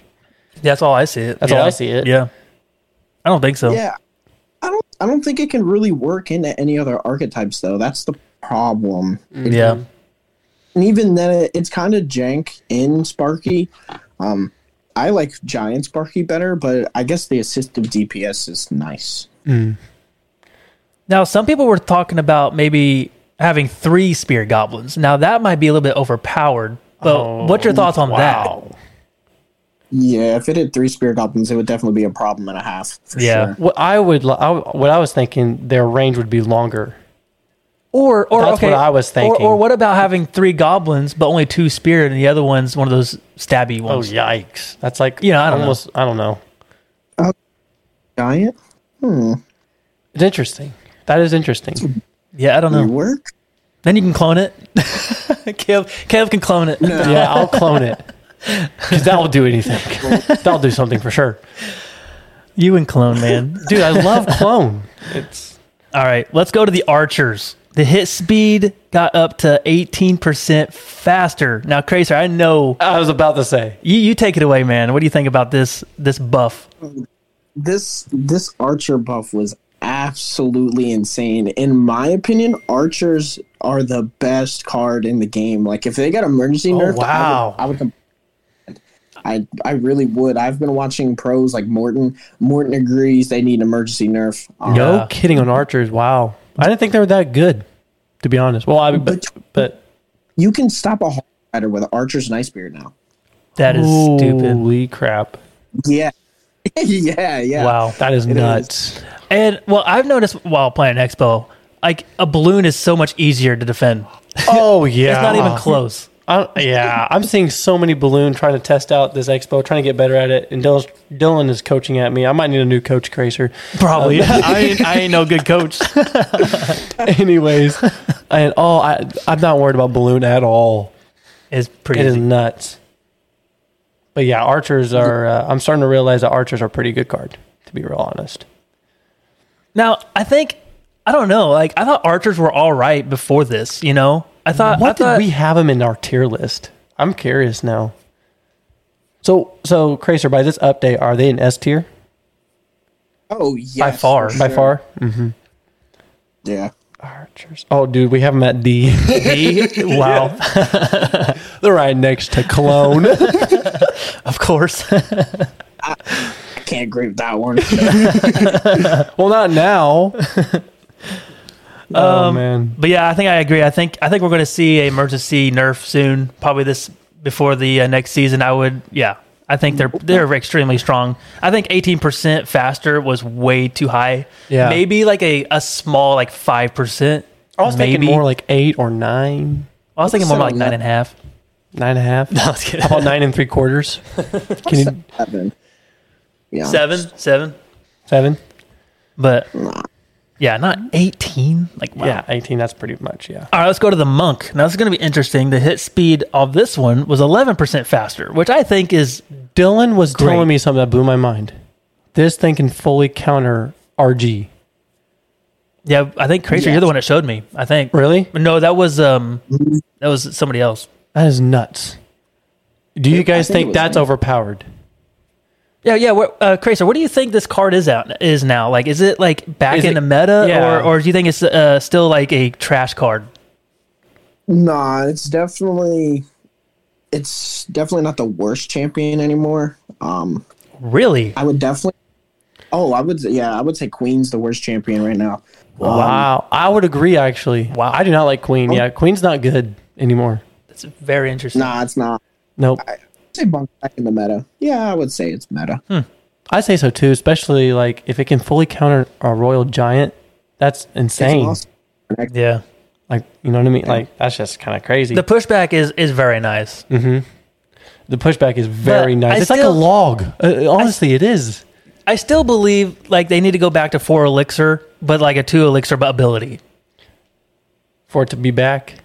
[SPEAKER 1] That's all I see it.
[SPEAKER 2] That's all I see it.
[SPEAKER 1] Yeah. I don't think so.
[SPEAKER 3] Yeah, I don't. I don't think it can really work into any other archetypes though. That's the problem.
[SPEAKER 1] Mm, Yeah.
[SPEAKER 3] and even then it, it's kind of jank in sparky um i like giant sparky better but i guess the assistive dps is nice
[SPEAKER 1] Now, some people were talking about maybe having three spear goblins. Now, that might be a little bit overpowered. But what's your thoughts on
[SPEAKER 2] Oh, Wow.
[SPEAKER 3] yeah if it had three spear goblins it would definitely be a problem and a half for
[SPEAKER 1] that? Yeah.
[SPEAKER 3] sure
[SPEAKER 2] What I would, li- I, what I was thinking, their range would be longer.
[SPEAKER 1] Or, or
[SPEAKER 2] That's
[SPEAKER 1] okay,
[SPEAKER 2] what I was
[SPEAKER 1] or-
[SPEAKER 2] thinking.
[SPEAKER 1] Or, what about having three goblins, but only two spear, and the other one's one of those stabby
[SPEAKER 2] Oh
[SPEAKER 1] ones?
[SPEAKER 2] yikes! That's like
[SPEAKER 1] Yeah, I don't know.
[SPEAKER 2] almost. I don't know.
[SPEAKER 3] giant
[SPEAKER 2] It's interesting. That is interesting.
[SPEAKER 1] Yeah, I don't
[SPEAKER 3] you
[SPEAKER 1] know.
[SPEAKER 3] work
[SPEAKER 1] Then you can clone it. <laughs> Caleb, Caleb can clone it.
[SPEAKER 2] yeah, I'll clone it because that'll do anything. that'll do something for sure,
[SPEAKER 1] You and clone, man.
[SPEAKER 2] dude. I love clone. It's
[SPEAKER 1] All right, let's go to the archers. The hit speed got up to 18% faster. Now, Cracer, I know
[SPEAKER 2] <laughs> I was about to say
[SPEAKER 1] you, you take it away, man. What do you think about this this buff?
[SPEAKER 3] this this archer buff was absolutely insane in my opinion archers are the best card in the game like if they got emergency nerf
[SPEAKER 1] Oh, wow.
[SPEAKER 3] i would, I, would com- I I really would i've been watching pros like morton morton agrees they need emergency nerf Um,
[SPEAKER 2] no
[SPEAKER 1] Yeah.
[SPEAKER 2] kidding on archers. Wow, I didn't think they were that good, to be honest. Well, I but but
[SPEAKER 3] you can stop a hard rider with archers and ice beard now
[SPEAKER 1] That is stupid.
[SPEAKER 2] Holy crap!
[SPEAKER 3] yeah <laughs> yeah yeah
[SPEAKER 1] Wow.
[SPEAKER 2] That is
[SPEAKER 3] is.
[SPEAKER 2] nuts.
[SPEAKER 1] And well, I've noticed while playing Expo, like a balloon is so much easier to defend.
[SPEAKER 2] Oh yeah,
[SPEAKER 1] It's not even close.
[SPEAKER 2] I, yeah, I'm seeing so many balloon trying to test out this expo, trying to get better at it. And Dylan, Dylan is coaching at me. I might need a new coach, Cracer. Um,
[SPEAKER 1] Probably.
[SPEAKER 2] I, ain't, I ain't no <laughs> good coach. <laughs> Anyways, and oh, I, I'm not worried about balloon at all.
[SPEAKER 1] <laughs> It's pretty.
[SPEAKER 2] It is
[SPEAKER 1] easy.
[SPEAKER 2] nuts. But yeah, archers are. Uh, I'm starting to realize that archers are a pretty good card. To be real honest,
[SPEAKER 1] Now, I think I don't know. Like I thought archers were all right before this. You know, I thought. I
[SPEAKER 2] what did
[SPEAKER 1] thought,
[SPEAKER 2] we have him in our tier list? I'm curious now. So, so Cracer, by this update, are they in S tier
[SPEAKER 3] oh yeah
[SPEAKER 1] by far?
[SPEAKER 2] by far?
[SPEAKER 3] yeah
[SPEAKER 2] Archers. Oh, dude, we have them
[SPEAKER 1] <laughs>
[SPEAKER 2] at D.
[SPEAKER 1] wow.
[SPEAKER 2] <laughs> They're right next
[SPEAKER 1] <laughs>
[SPEAKER 2] to Clone.
[SPEAKER 1] <laughs> Of course.
[SPEAKER 3] i can't agree with that
[SPEAKER 1] <laughs>
[SPEAKER 3] one
[SPEAKER 2] well, not now. oh man.
[SPEAKER 1] But yeah, I think I agree. I think I think we're going to see a emergency nerf soon, probably this before the uh, next season. I would, yeah, I think they're they're extremely strong. I think eighteen percent faster was way too high.
[SPEAKER 2] Yeah.
[SPEAKER 1] maybe like a, a small like five percent.
[SPEAKER 2] I was thinking more like eight or nine,
[SPEAKER 1] I was thinking more like
[SPEAKER 3] So,
[SPEAKER 1] nine and a half.
[SPEAKER 2] nine and
[SPEAKER 1] <laughs>
[SPEAKER 2] a half.
[SPEAKER 1] I was kidding.
[SPEAKER 2] How about nine and
[SPEAKER 1] <laughs>
[SPEAKER 2] three quarters? Can you
[SPEAKER 3] seven yeah
[SPEAKER 1] Seven, seven,
[SPEAKER 2] seven?
[SPEAKER 1] but yeah, not eighteen. Like wow.
[SPEAKER 2] Yeah, eighteen. That's pretty much. Yeah.
[SPEAKER 1] All right, let's go to the monk. Now, this is going to be interesting. The hit speed of this one was 11% faster, which I think is
[SPEAKER 2] Dylan was
[SPEAKER 1] Great.
[SPEAKER 2] telling me something that blew my mind. This thing can fully counter RG.
[SPEAKER 1] Yeah, I think Crazer, you're the one that showed me. I think.
[SPEAKER 2] Really?
[SPEAKER 1] No, that was um, that was somebody else.
[SPEAKER 2] That is nuts. Do you guys
[SPEAKER 3] think it
[SPEAKER 2] think,
[SPEAKER 3] was
[SPEAKER 2] that's
[SPEAKER 3] me.
[SPEAKER 2] overpowered?
[SPEAKER 1] Yeah, yeah. What, uh, Crazer, what do you think this card is out is now? Like, is it like back
[SPEAKER 2] Is
[SPEAKER 1] in
[SPEAKER 2] it-
[SPEAKER 1] the meta,
[SPEAKER 2] yeah.
[SPEAKER 1] or or do you think it's uh, still like a trash card?
[SPEAKER 3] Nah, it's definitely it's definitely not the worst champion anymore. Um
[SPEAKER 1] Really?
[SPEAKER 3] I would definitely Oh, I would yeah, I would say Queen's the worst champion right now. Um,
[SPEAKER 2] Wow, I would agree. Actually, wow, I do not like Queen.
[SPEAKER 3] Oh.
[SPEAKER 2] Yeah, Queen's not good anymore.
[SPEAKER 1] That's very interesting.
[SPEAKER 3] Nah, it's not.
[SPEAKER 2] Nope,
[SPEAKER 3] I'd say Bunk back in the meta. Yeah, I would say it's meta.
[SPEAKER 2] Hmm. I say so too. Especially like if it can fully counter a royal giant, that's
[SPEAKER 3] It's
[SPEAKER 2] insane.
[SPEAKER 3] awesome.
[SPEAKER 1] Yeah.
[SPEAKER 2] Like, you know what I mean? Like, that's just kind of crazy.
[SPEAKER 1] The
[SPEAKER 2] The,
[SPEAKER 1] pushback is is very nice.
[SPEAKER 2] Mm. pushback is very
[SPEAKER 1] But
[SPEAKER 2] nice.
[SPEAKER 1] I
[SPEAKER 2] it's like a
[SPEAKER 1] still-
[SPEAKER 2] log. Uh, honestly, it is.
[SPEAKER 1] I still believe like they need to go back to four elixir, but like a two elixir ability.
[SPEAKER 2] For it to be back,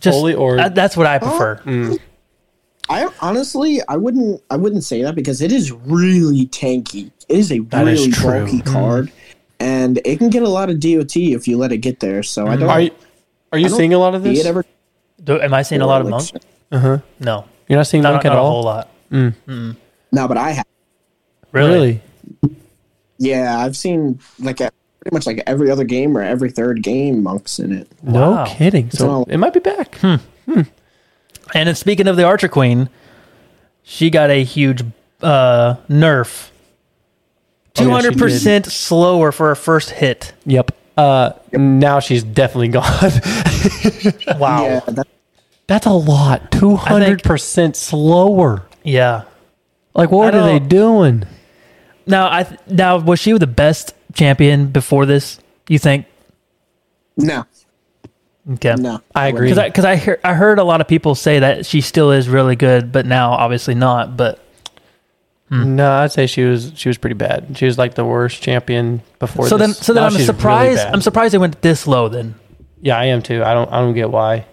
[SPEAKER 1] Just
[SPEAKER 2] Holy or- Mm.
[SPEAKER 1] uh, that's what I prefer.
[SPEAKER 3] I honestly, I wouldn't, I wouldn't say that because it is really tanky. It is a
[SPEAKER 2] is
[SPEAKER 3] really
[SPEAKER 2] true.
[SPEAKER 3] bulky card, and it can get a lot of DOT if you let it get there. So I don't.
[SPEAKER 2] Hmm. are you, are you
[SPEAKER 3] don't
[SPEAKER 2] seeing a lot of
[SPEAKER 3] see
[SPEAKER 2] this?
[SPEAKER 3] it ever.
[SPEAKER 1] Do, am I seeing a lot of monk?
[SPEAKER 3] Elixir.
[SPEAKER 1] No,
[SPEAKER 2] You're not seeing
[SPEAKER 1] not,
[SPEAKER 2] Monk
[SPEAKER 1] not
[SPEAKER 2] at
[SPEAKER 1] a
[SPEAKER 2] all.
[SPEAKER 1] whole lot.
[SPEAKER 3] No, but I have.
[SPEAKER 1] Really?
[SPEAKER 2] Really?
[SPEAKER 3] Yeah, I've seen like a, pretty much like every other game or every third game monks in it.
[SPEAKER 1] Wow.
[SPEAKER 2] No kidding. So hmm,
[SPEAKER 3] all-
[SPEAKER 2] it might be back.
[SPEAKER 1] And then speaking of the Archer Queen, she got a huge uh, nerf.
[SPEAKER 2] Oh,
[SPEAKER 1] Two
[SPEAKER 2] yeah, she
[SPEAKER 1] hundred percent slower for her first
[SPEAKER 3] <laughs>
[SPEAKER 1] hit.
[SPEAKER 2] Yep. Uh, Now she's definitely <laughs> gone.
[SPEAKER 1] Wow. Yeah.
[SPEAKER 3] Yeah, that,
[SPEAKER 2] That's a lot. 200% slower. Like, what
[SPEAKER 1] I
[SPEAKER 2] are they
[SPEAKER 1] don't-
[SPEAKER 2] doing?
[SPEAKER 1] Now I th- now was she the best champion before this? You think?
[SPEAKER 3] no,
[SPEAKER 1] Okay.
[SPEAKER 3] no,
[SPEAKER 2] I agree.
[SPEAKER 1] Because I, cause I, hear, I heard a lot of people say that she still is really good, but now obviously not. But
[SPEAKER 2] No, I'd say she was she was pretty bad. She was like the worst champion before.
[SPEAKER 1] so then,
[SPEAKER 2] this.
[SPEAKER 1] so then
[SPEAKER 2] Now
[SPEAKER 1] I'm
[SPEAKER 2] she's really
[SPEAKER 1] surprised.
[SPEAKER 2] bad.
[SPEAKER 1] I'm surprised they went this low. Then
[SPEAKER 2] yeah, I am too. I don't I don't get why.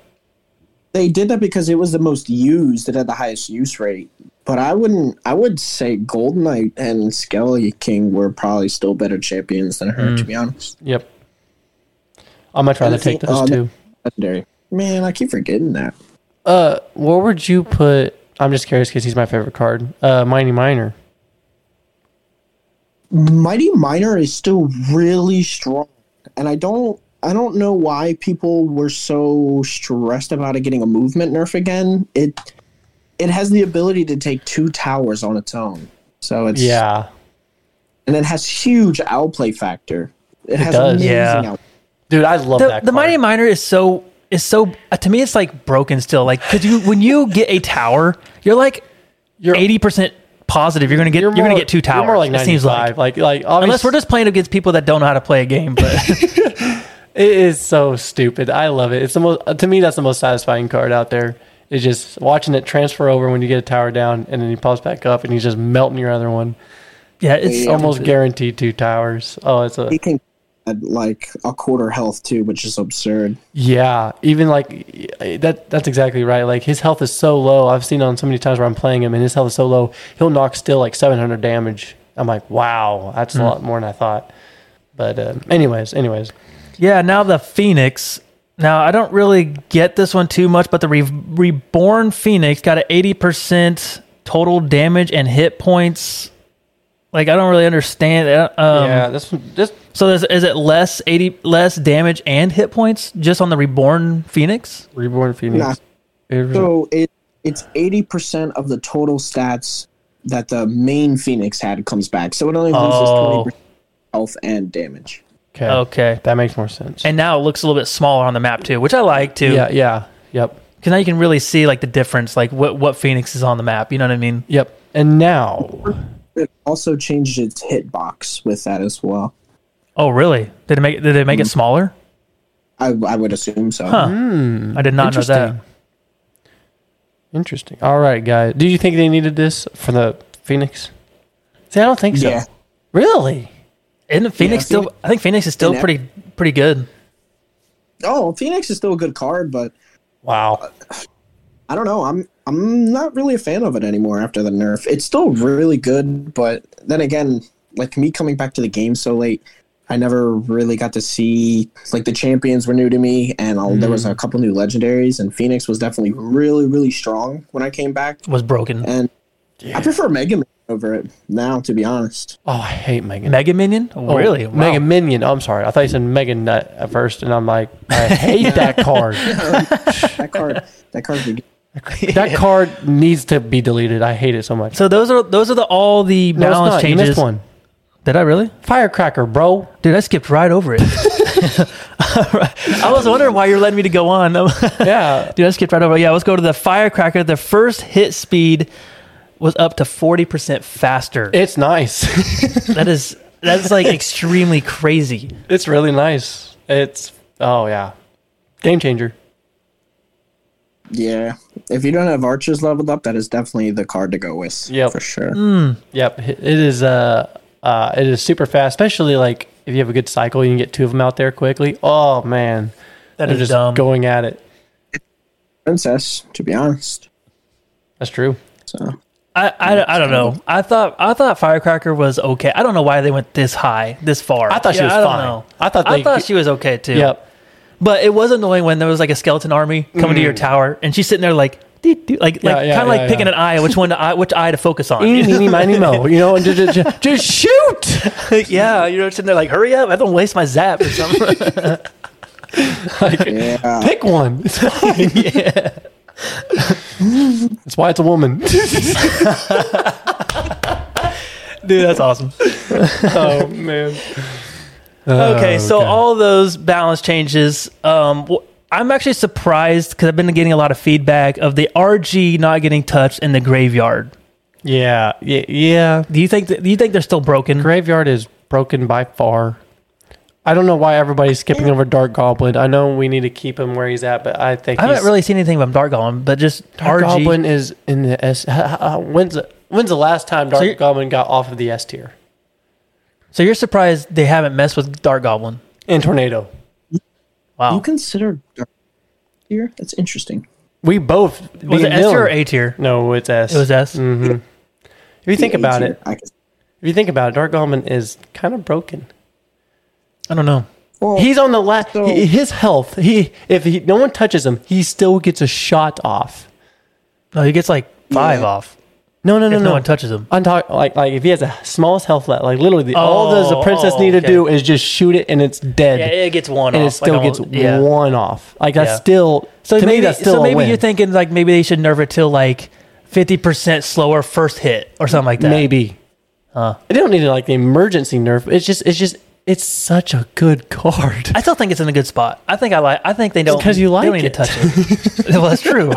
[SPEAKER 3] They did that because it was the most used. It had the highest use rate. But I wouldn't. I would say Gold Knight and Skelly King were probably still better champions than her. To be honest,
[SPEAKER 2] Yep. I might rather
[SPEAKER 3] And I
[SPEAKER 2] take
[SPEAKER 3] think,
[SPEAKER 2] those
[SPEAKER 3] um,
[SPEAKER 2] two.
[SPEAKER 3] legendary. Man, I keep forgetting that.
[SPEAKER 2] Uh, where would you put? I'm just curious because he's my favorite card. Uh, Mighty Miner.
[SPEAKER 3] Mighty Miner is still really strong, and I don't I don't know why people were so stressed about it getting a movement nerf again. It it has the ability to take two towers on its own, so it's
[SPEAKER 2] Yeah,
[SPEAKER 3] and it has huge outplay factor. It, has
[SPEAKER 2] does.
[SPEAKER 3] amazing
[SPEAKER 1] Yeah.
[SPEAKER 3] out-
[SPEAKER 2] dude, I love
[SPEAKER 1] the,
[SPEAKER 2] that.
[SPEAKER 1] the
[SPEAKER 2] card.
[SPEAKER 1] mighty miner is so is so uh, to me it's like broken still. Like because you when you get a tower, you're like
[SPEAKER 2] You're-
[SPEAKER 1] eighty percent positive you're gonna get you're,
[SPEAKER 2] more-
[SPEAKER 1] gonna get two towers.
[SPEAKER 2] You're more like
[SPEAKER 1] it seems like
[SPEAKER 2] 95. like like obvious-
[SPEAKER 1] unless we're just playing against people that don't know how to play a game. But <laughs>
[SPEAKER 2] It is so stupid. I love it. It's the most to me. That's the most satisfying card out there. Is just watching it transfer over when you get a tower down, and then he pops back up, and he's just melting your other one.
[SPEAKER 1] yeah, it's
[SPEAKER 2] It's almost guaranteed two towers. Oh, it's a
[SPEAKER 3] It can add like a quarter health too, which is absurd.
[SPEAKER 2] yeah. Even like that. That's exactly right. Like his health is so low. I've seen on so many times where I'm playing him, and his health is so low. He'll knock still like 700 damage. I'm like, wow, that's
[SPEAKER 1] Hmm.
[SPEAKER 2] a lot more than I thought. But uh, anyways, anyways,
[SPEAKER 1] Yeah, now the Phoenix. Now I don't really get this one too much, but the re- reborn Phoenix got an eighty percent total damage and hit points. Like I don't really understand. that. Um,
[SPEAKER 2] yeah. This this
[SPEAKER 1] So is, is it less eighty less damage and hit points just on the reborn Phoenix?
[SPEAKER 2] reborn
[SPEAKER 3] Nah.
[SPEAKER 2] phoenix. Favorite-
[SPEAKER 3] So it it's eighty percent of the total stats that the main Phoenix had comes back. So it only loses twenty
[SPEAKER 1] Oh.
[SPEAKER 3] percent health and damage.
[SPEAKER 2] Okay.
[SPEAKER 1] Okay.
[SPEAKER 2] That makes more sense.
[SPEAKER 1] And now it looks a little bit smaller on the map too, which I like too.
[SPEAKER 2] yeah, yeah, yep,
[SPEAKER 1] Because now you can really see like the difference, like what what Phoenix is on the map. You know what I mean?
[SPEAKER 2] yep. And now,
[SPEAKER 3] It also changed its hitbox with that as well.
[SPEAKER 1] Oh really? Did it make did they
[SPEAKER 2] Mm-hmm.
[SPEAKER 1] make it smaller?
[SPEAKER 3] I, I would assume so.
[SPEAKER 1] I did not know that.
[SPEAKER 2] Interesting. interesting. All right, guys. Do you think they needed this for the Phoenix? See, I don't think so.
[SPEAKER 3] Yeah.
[SPEAKER 2] Really?
[SPEAKER 1] Isn't Phoenix
[SPEAKER 3] Yeah,
[SPEAKER 1] still?
[SPEAKER 3] Phoenix-
[SPEAKER 1] I think Phoenix is still
[SPEAKER 3] Yeah.
[SPEAKER 1] pretty pretty good.
[SPEAKER 3] Oh, Phoenix is still a good card, but
[SPEAKER 2] Wow.
[SPEAKER 3] I don't know. I'm I'm not really a fan of it anymore after the nerf. It's still really good, but then again, like me coming back to the game so late, I never really got to see like the champions were new to me, and i there was a couple new legendaries, and Phoenix was definitely really really strong when I came back,
[SPEAKER 1] Was broken.
[SPEAKER 3] and I prefer Mega Man over it now, to be honest.
[SPEAKER 2] Oh, I hate Megan.
[SPEAKER 1] Mega Minion.
[SPEAKER 2] Oh,
[SPEAKER 1] really? Wow.
[SPEAKER 2] Mega Minion. Oh, I'm sorry. I thought you said Mega Nut at first, and I'm like,
[SPEAKER 1] <laughs>
[SPEAKER 2] I hate that card.
[SPEAKER 3] That card, that card. would-
[SPEAKER 2] That card needs to be deleted. I hate it so much.
[SPEAKER 1] So those are those are the all the
[SPEAKER 2] No, it's
[SPEAKER 1] balance
[SPEAKER 2] not. You
[SPEAKER 1] changes.
[SPEAKER 2] missed one.
[SPEAKER 1] Did I really?
[SPEAKER 2] Firecracker,
[SPEAKER 1] <laughs>
[SPEAKER 2] bro.
[SPEAKER 1] Dude, I skipped right over
[SPEAKER 2] <laughs>
[SPEAKER 1] it. <laughs> I was wondering why you're letting me to go on. <laughs>
[SPEAKER 2] Yeah.
[SPEAKER 1] Dude, I skipped right over. Yeah, let's go to the firecracker. The first hit speed was up to forty percent
[SPEAKER 2] <laughs>
[SPEAKER 1] faster.
[SPEAKER 2] It's nice.
[SPEAKER 1] that is that is like extremely crazy.
[SPEAKER 2] It's really nice. It's oh yeah. Game changer.
[SPEAKER 3] Yeah. If you don't have archers leveled up, that is definitely the card to go with.
[SPEAKER 2] Yep.
[SPEAKER 3] for sure.
[SPEAKER 2] Yep, it is. Uh, uh, it is super fast, especially like if you have a good cycle, you can get two of them out there quickly. Oh man,
[SPEAKER 1] That
[SPEAKER 2] they're
[SPEAKER 1] is
[SPEAKER 2] just
[SPEAKER 1] dumb.
[SPEAKER 2] going at it.
[SPEAKER 3] Princess, to be honest.
[SPEAKER 2] That's true. <laughs>
[SPEAKER 3] So
[SPEAKER 1] I, I, I don't know. I thought I thought Firecracker was okay. I don't know why they went this high, this far.
[SPEAKER 2] I thought she was
[SPEAKER 1] I don't
[SPEAKER 2] fine.
[SPEAKER 1] know.
[SPEAKER 2] I thought
[SPEAKER 1] I
[SPEAKER 2] they-
[SPEAKER 1] thought she was okay too.
[SPEAKER 2] Yep.
[SPEAKER 1] But it was annoying when there was like a skeleton army coming to your tower, and she's sitting there like, "Deet, deet," like,
[SPEAKER 2] Yeah,
[SPEAKER 1] like
[SPEAKER 2] yeah,
[SPEAKER 1] kind of like
[SPEAKER 2] yeah,
[SPEAKER 1] picking
[SPEAKER 2] yeah.
[SPEAKER 1] an eye, which one, to eye, which eye to focus on. <laughs>
[SPEAKER 2] Eeny, meeny, miny, mo. You know, and just, just, just shoot.
[SPEAKER 1] yeah, you know, sitting there like, "Hurry up! I don't waste my zap." Or something.
[SPEAKER 3] yeah.
[SPEAKER 2] Pick one. It's fine. That's why it's a woman.
[SPEAKER 1] <laughs> Dude, that's awesome.
[SPEAKER 2] oh <laughs> man.
[SPEAKER 1] Oh, okay, so
[SPEAKER 2] Uh, okay.
[SPEAKER 1] all those balance changes. Um, wh- I'm actually surprised because I've been getting a lot of feedback of the RG not getting touched in the graveyard.
[SPEAKER 2] Yeah. Yeah. Yeah.
[SPEAKER 1] Do you think? That, do you think they're still broken?
[SPEAKER 2] Graveyard is broken by far. I don't know why everybody's skipping over Dark Goblin. I know we need to keep him where he's at, but I think
[SPEAKER 1] I haven't
[SPEAKER 2] he's-
[SPEAKER 1] really seen anything from Dark Golem, but just
[SPEAKER 2] Dark
[SPEAKER 1] RG.
[SPEAKER 2] Goblin is in the S. When's the, when's the last time Dark
[SPEAKER 1] you're-
[SPEAKER 2] Goblin got off of the S tier?
[SPEAKER 1] So you're surprised they haven't messed with Dark Goblin?
[SPEAKER 2] In Tornado,
[SPEAKER 1] Wow.
[SPEAKER 3] You consider dark here? That's interesting.
[SPEAKER 2] we both
[SPEAKER 1] was it
[SPEAKER 2] being
[SPEAKER 1] S tier or
[SPEAKER 2] villain-
[SPEAKER 1] A tier?
[SPEAKER 2] No, it's S.
[SPEAKER 1] It was S.
[SPEAKER 2] If you think
[SPEAKER 3] Yeah,
[SPEAKER 2] about
[SPEAKER 3] easier.
[SPEAKER 2] it,
[SPEAKER 3] I guess.
[SPEAKER 2] if you think about it, Dark Goblin is kind of broken.
[SPEAKER 1] I don't know.
[SPEAKER 3] Well,
[SPEAKER 2] He's on the last.
[SPEAKER 3] so-
[SPEAKER 2] his health. He if he, no one touches him, he still gets a shot off.
[SPEAKER 1] No, he gets like five
[SPEAKER 3] Yeah.
[SPEAKER 1] off
[SPEAKER 2] No, no, no,
[SPEAKER 1] if no,
[SPEAKER 2] no.
[SPEAKER 1] one touches him.
[SPEAKER 2] I'm talking like like if he has the smallest health left, like literally the, all does the
[SPEAKER 1] Oh,
[SPEAKER 2] princess
[SPEAKER 1] oh,
[SPEAKER 2] need to
[SPEAKER 1] okay.
[SPEAKER 2] do is just shoot it and it's dead.
[SPEAKER 1] Yeah, it gets one
[SPEAKER 2] and
[SPEAKER 1] off.
[SPEAKER 2] it still
[SPEAKER 1] like
[SPEAKER 2] gets
[SPEAKER 1] almost- yeah.
[SPEAKER 2] one off. Like that's
[SPEAKER 1] Yeah.
[SPEAKER 2] still
[SPEAKER 1] So
[SPEAKER 2] to
[SPEAKER 1] maybe,
[SPEAKER 2] me that's still
[SPEAKER 1] so
[SPEAKER 2] a
[SPEAKER 1] maybe
[SPEAKER 2] win.
[SPEAKER 1] you're thinking like maybe they should nerf it till like fifty percent slower first hit or something like that.
[SPEAKER 2] maybe. I don't need like the emergency nerf. It's just it's just it's such a good card.
[SPEAKER 1] I still think it's in a good spot. I think I like. I think they don't
[SPEAKER 2] 'cause you
[SPEAKER 1] they don't
[SPEAKER 2] like
[SPEAKER 1] need
[SPEAKER 2] it.
[SPEAKER 1] to touch it. <laughs> well, that's true.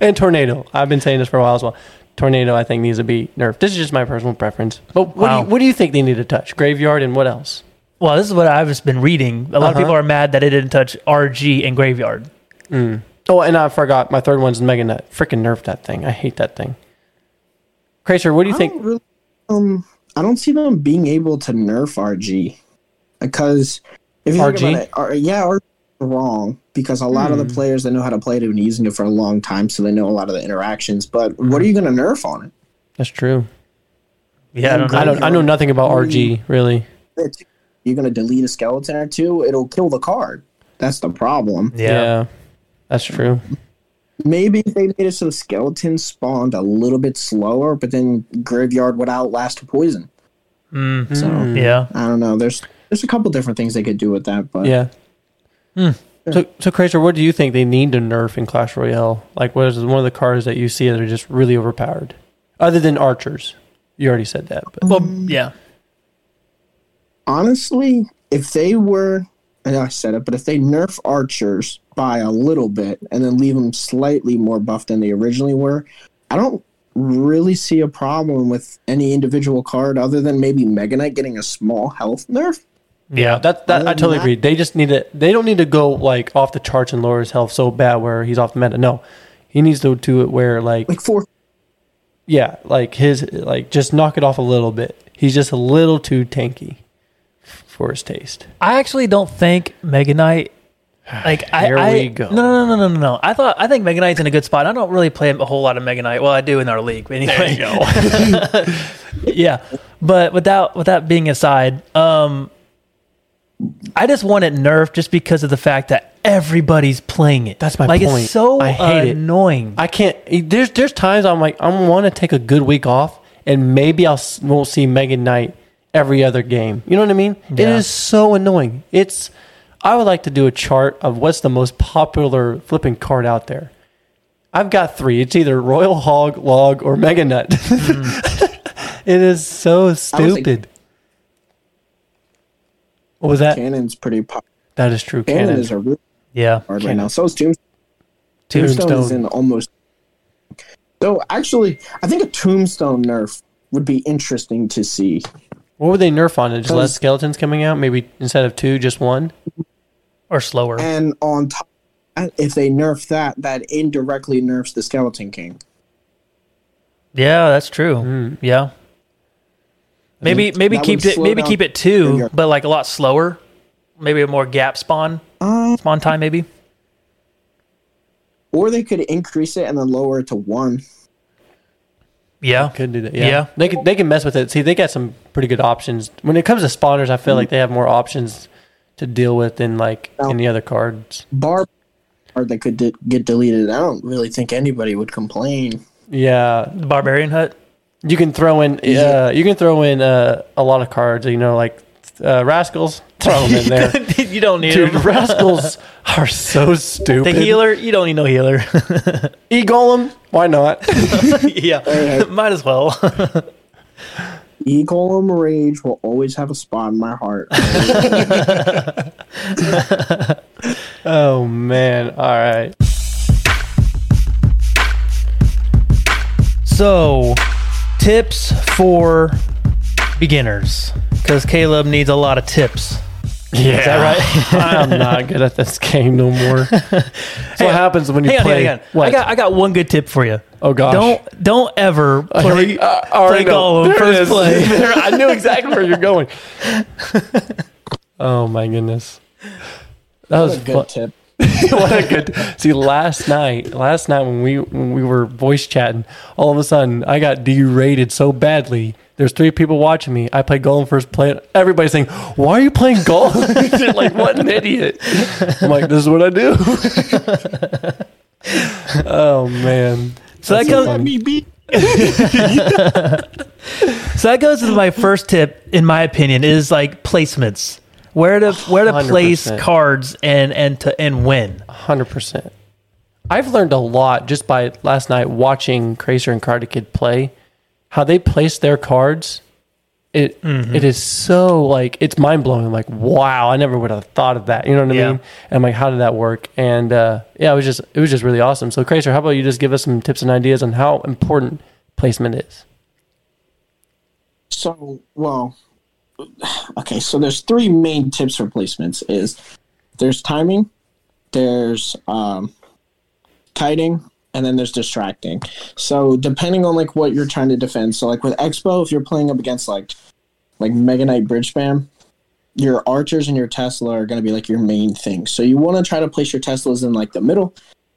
[SPEAKER 2] and tornado. I've been saying this for a while as well. Tornado, I think, needs to be nerfed. This is just my personal preference. But what,
[SPEAKER 1] Wow.
[SPEAKER 2] do, you, what do you think they need to touch? Graveyard and what else?
[SPEAKER 1] Well, this is what I've just been reading. A lot of
[SPEAKER 2] Uh-huh.
[SPEAKER 1] people are mad that it didn't touch RG and Graveyard.
[SPEAKER 2] Oh, and I forgot. My third one's Mega Nut. Freaking nerf that thing. I hate that thing. Kracer, what do you
[SPEAKER 3] I
[SPEAKER 2] think?
[SPEAKER 3] don't really, um, I don't see them being able to nerf RG because if you
[SPEAKER 2] RG?
[SPEAKER 3] think about it, R- yeah, RG is wrong because a lot
[SPEAKER 2] Hmm.
[SPEAKER 3] of the players that know how to play it have been using it for a long time, so they know a lot of the interactions. But what are you going to nerf on it?
[SPEAKER 2] That's true.
[SPEAKER 1] Yeah, I don't know.
[SPEAKER 2] I don't. I know nothing about
[SPEAKER 3] Mm.
[SPEAKER 2] RG really.
[SPEAKER 3] It's- You're going to delete a skeleton or two; it'll kill the card. That's the problem.
[SPEAKER 1] yeah.
[SPEAKER 2] that's
[SPEAKER 3] <laughs>
[SPEAKER 2] true.
[SPEAKER 3] Maybe if they made it so the skeleton spawned a little bit slower, but then graveyard would outlast poison. So
[SPEAKER 1] yeah.
[SPEAKER 3] I don't know. There's there's a couple different things they could do with that, but
[SPEAKER 2] Yeah. Hmm. So, so Kracer, what do you think they need to nerf in Clash Royale? Like, what is one of the cards that you see that are just really overpowered, other than archers? You already said that. But.
[SPEAKER 1] Well, yeah.
[SPEAKER 3] honestly, if they were, I know I said it, but if they nerf archers by a little bit and then leave them slightly more buffed than they originally were, I don't really see a problem with any individual card other than maybe Mega Knight getting a small health nerf.
[SPEAKER 1] Yeah.
[SPEAKER 2] That, that
[SPEAKER 3] Other
[SPEAKER 2] I
[SPEAKER 3] than
[SPEAKER 2] totally
[SPEAKER 3] that-
[SPEAKER 2] agree. They just need to. They don't need to go like off the charts and lower his health so bad where he's off the meta. No, he needs to do it where like
[SPEAKER 3] Like four,
[SPEAKER 2] yeah, like his like just knock it off a little bit. He's just a little too tanky for his taste.
[SPEAKER 1] I actually don't think Mega
[SPEAKER 2] <sighs>
[SPEAKER 1] Knight. Like I,
[SPEAKER 2] Here
[SPEAKER 1] I
[SPEAKER 2] we go.
[SPEAKER 1] No, no, no, no, no, no. I thought I think Mega Knight's in a good spot. I don't really play a whole lot of Mega Knight. Well, I do in our league, but anyway. <laughs> yeah, but without with that being aside, um, I just want it nerfed just because of the fact that everybody's playing it.
[SPEAKER 2] That's my
[SPEAKER 1] like,
[SPEAKER 2] point.
[SPEAKER 1] It's so
[SPEAKER 2] I hate it.
[SPEAKER 1] annoying.
[SPEAKER 2] I can't. There's there's times I'm like I want to take a good week off and maybe I'll s- won't see Megan Knight every other game. You know what I mean? It
[SPEAKER 1] Yeah.
[SPEAKER 2] is so annoying. It's I would like to do a chart of what's the most popular flipping card out there. I've got three. It's either Royal Hog, Log, or Mega Nut.
[SPEAKER 3] Mm.
[SPEAKER 2] <laughs> it is so stupid. what was that?
[SPEAKER 3] Cannon's pretty popular.
[SPEAKER 2] That is true.
[SPEAKER 3] Cannon,
[SPEAKER 2] Cannon.
[SPEAKER 3] is a real
[SPEAKER 1] yeah,
[SPEAKER 3] card right
[SPEAKER 2] Cannon.
[SPEAKER 3] now. So is Tombstone. Tombstone, is
[SPEAKER 2] Tombstone.
[SPEAKER 3] in almost. So actually, I think a Tombstone nerf would be interesting to see.
[SPEAKER 2] What would they nerf on it? Just less
[SPEAKER 3] Because-
[SPEAKER 2] skeletons coming out? Maybe instead of two, just one?
[SPEAKER 1] or slower.
[SPEAKER 3] And on top, if they nerf that, that indirectly nerfs the Skeleton King.
[SPEAKER 1] Yeah, that's true.
[SPEAKER 2] Hmm.
[SPEAKER 1] Yeah. Maybe maybe
[SPEAKER 3] that
[SPEAKER 1] keep
[SPEAKER 3] would
[SPEAKER 1] it
[SPEAKER 3] slow
[SPEAKER 1] maybe
[SPEAKER 3] down
[SPEAKER 1] keep it two,
[SPEAKER 3] your-
[SPEAKER 1] but like a lot slower. Maybe a more gap spawn
[SPEAKER 3] Uh,
[SPEAKER 1] spawn time. Maybe
[SPEAKER 3] or they could increase it and then lower it to one.
[SPEAKER 1] yeah.
[SPEAKER 2] Could do that. Yeah.
[SPEAKER 1] Yeah.
[SPEAKER 2] They can they can mess with it. See, they got some pretty good options. When it comes to spawners, I feel like they have more options to deal with than like
[SPEAKER 3] No.
[SPEAKER 2] any other cards.
[SPEAKER 3] Barb, or they could de- get deleted. I don't really think anybody would complain.
[SPEAKER 2] Yeah.
[SPEAKER 1] The barbarian hut. <laughs>
[SPEAKER 2] You can throw in uh, you can throw in uh, a lot of cards, you know, like uh, <laughs> rascals, throw them in there.
[SPEAKER 1] you don't need
[SPEAKER 2] Dude,
[SPEAKER 1] him.
[SPEAKER 2] <laughs> rascals are so
[SPEAKER 1] the
[SPEAKER 2] stupid.
[SPEAKER 1] healer. You don't need no healer. <laughs>
[SPEAKER 2] E golem, why not? <laughs>
[SPEAKER 1] yeah, <laughs> might as well.
[SPEAKER 3] Eagle and Rage will always have a spot in my heart.
[SPEAKER 2] oh man. All right.
[SPEAKER 1] So, tips for beginners, because Caleb needs a lot of tips.
[SPEAKER 2] Yeah. Is
[SPEAKER 1] <laughs>
[SPEAKER 2] that right? I'm not good at this game no more. That's what happens when you
[SPEAKER 1] Hang on,
[SPEAKER 2] play.
[SPEAKER 1] hang on, hang on.
[SPEAKER 2] What?
[SPEAKER 1] I got I got one good tip for you.
[SPEAKER 2] oh gosh.
[SPEAKER 1] Don't don't ever play,
[SPEAKER 2] already- I already
[SPEAKER 1] play
[SPEAKER 2] know.
[SPEAKER 1] Gollum
[SPEAKER 2] There it
[SPEAKER 1] first
[SPEAKER 2] is.
[SPEAKER 1] play.
[SPEAKER 2] <laughs> There- I knew exactly where you're going. <laughs> oh my goodness. That was
[SPEAKER 3] That's a good
[SPEAKER 2] fun-
[SPEAKER 3] tip.
[SPEAKER 2] <laughs> what a good see last night last night when we when we were voice chatting all of a sudden i got derated so badly there's three people watching me i play golem first play everybody's saying why are you playing <laughs> golem They're like what an idiot i'm like this is what i
[SPEAKER 3] <laughs>
[SPEAKER 2] do <laughs> oh man
[SPEAKER 1] So that
[SPEAKER 2] That's
[SPEAKER 1] goes
[SPEAKER 2] funny.
[SPEAKER 3] Let me beat.
[SPEAKER 1] so that goes to my first tip, in my opinion, is like placements. Where to where to place
[SPEAKER 2] 100%.
[SPEAKER 1] cards and and to and when.
[SPEAKER 2] Hundred percent. I've learned a lot just by last night watching Crazer and Cardikid Kid play. How they place their cards, it
[SPEAKER 1] Mm-hmm.
[SPEAKER 2] it is so like it's mind blowing. Like wow, I never would have thought of that. You know what I
[SPEAKER 1] Yeah.
[SPEAKER 2] mean? And like how did that work? And uh, yeah, it was just it was just really awesome. So Crazer, how about you just give us some tips and ideas on how important placement is?
[SPEAKER 3] So, well, okay. So there's three main tips for placements: is there's timing, there's um, kiting, and then there's distracting. So depending on like what you're trying to defend. So like with Expo, if you're playing up against like like Mega Knight Bridge Spam, your archers and your Tesla are going to be like your main thing. So you want to try to place your Teslas in like the middle,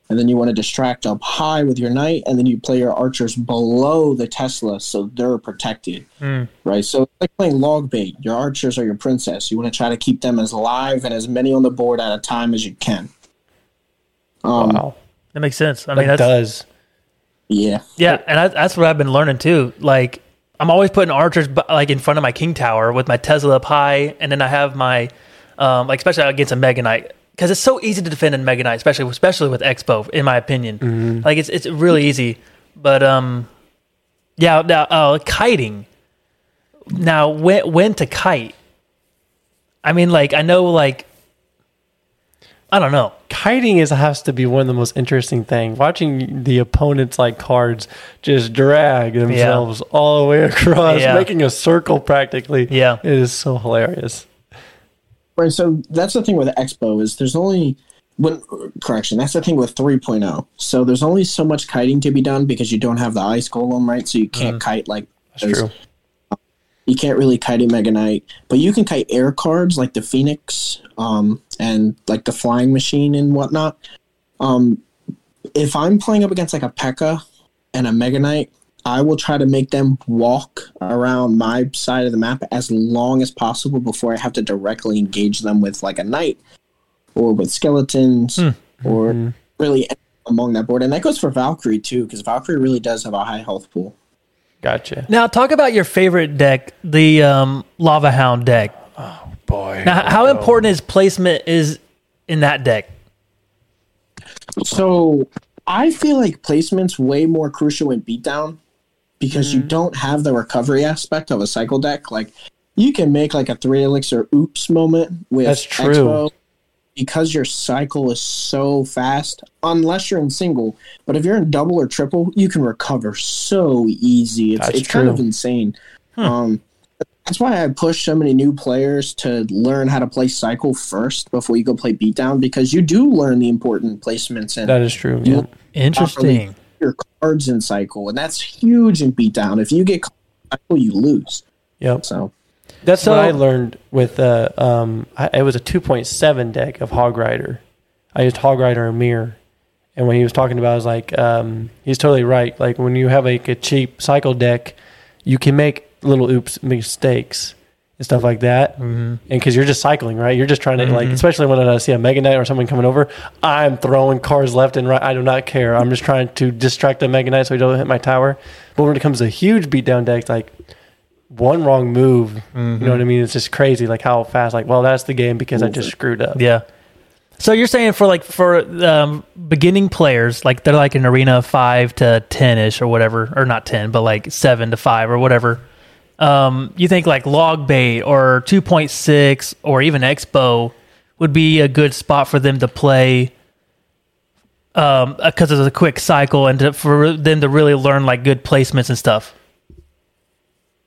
[SPEAKER 3] and then you want to distract up high with your Knight, and then you play your archers below the Tesla so they're protected, right? So it's like playing log bait. Your archers are your princess. You want to try to keep them as live and as many on the board at a time as you can. Um,
[SPEAKER 2] wow,
[SPEAKER 1] That makes sense. I
[SPEAKER 2] that
[SPEAKER 1] mean, that's
[SPEAKER 2] does.
[SPEAKER 3] Yeah.
[SPEAKER 1] Yeah, and I, that's what I've been learning too. Like I'm always putting archers bu- like in front of my king tower with my Tesla up high, and then I have my um, like especially against a Mega Knight because it's so easy to defend in Mega Knight, especially especially with Expo, in my opinion. Like it's it's really easy, but um, yeah. Now uh, kiting. Now when when to kite? I mean, like I know, like I don't know.
[SPEAKER 2] kiting is has to be one of the most interesting things. Watching the opponent's like cards just drag themselves all the way <laughs> across,
[SPEAKER 1] Yeah.
[SPEAKER 2] making a circle practically.
[SPEAKER 1] Yeah.
[SPEAKER 2] it is so hilarious.
[SPEAKER 3] Right. So that's the thing with Expo is there's only when correction. That's the thing with 3.0. So there's only so much kiting to be done because you don't have the ice golem, right? So you can't kite like
[SPEAKER 2] Mm-hmm. That's true.
[SPEAKER 3] you can't really kite a Mega Knight, but you can kite air cards like the Phoenix um, and like the Flying Machine and whatnot. Um, if I'm playing up against like a P.E.K.K.A. and a Mega Knight, I will try to make them walk around my side of the map as long as possible before I have to directly engage them with like a Knight or with skeletons or really among that board. And that goes for Valkyrie too, because Valkyrie really does have a high health pool.
[SPEAKER 2] Gotcha.
[SPEAKER 1] Now talk about your favorite deck, the um, Lava Hound deck.
[SPEAKER 2] Boy,
[SPEAKER 1] Now, how important is placement is in that deck?
[SPEAKER 3] So I feel like placement's way more crucial in beatdown because
[SPEAKER 2] Mm-hmm.
[SPEAKER 3] you don't have the recovery aspect of a cycle deck. Like you can make like a three elixir oops moment with
[SPEAKER 2] That's true.
[SPEAKER 3] Expo because your cycle is so fast, unless you're in single. But if you're in double or triple, you can recover so easy. It's
[SPEAKER 2] That's
[SPEAKER 3] it's kind of
[SPEAKER 2] true.
[SPEAKER 3] insane. Um that's why I push so many new players to learn how to play cycle first before you go play beatdown because you do learn the important placements and
[SPEAKER 2] That is true.
[SPEAKER 3] you
[SPEAKER 2] Yeah.
[SPEAKER 3] properly
[SPEAKER 1] Interesting.
[SPEAKER 3] your cards in cycle, and that's huge in beatdown. If you get caught in cycle, you lose.
[SPEAKER 2] Yep.
[SPEAKER 3] So
[SPEAKER 2] That's
[SPEAKER 1] So-
[SPEAKER 2] what I learned with uh, um, I, it was a 2.7 deck of Hog Rider. I used Hog Rider and Mirror, and when he was talking about, it, I was like, um, he's totally right. Like when you have like a cheap cycle deck, you can make little oops mistakes and stuff like that, mm-hmm. and because you're just cycling, right? You're just trying to like, especially when I see a Mega Knight or someone coming over, I'm throwing cards left and right. I do not care. I'm just trying to distract the Mega Knight so he doesn't hit my tower. But when it comes to huge beatdown decks, like one wrong move, you know what I mean? It's just crazy, like how fast. Like, well, that's the game because I just screwed up.
[SPEAKER 1] Yeah. So you're saying for like for um, beginning players, like they're like an arena five to ten ish or whatever, or not ten, but like seven to five or whatever. Um, you think like log bait or two point six or even Expo would be a good spot for them to play because of the quick cycle and to, for them to really learn like good placements and stuff.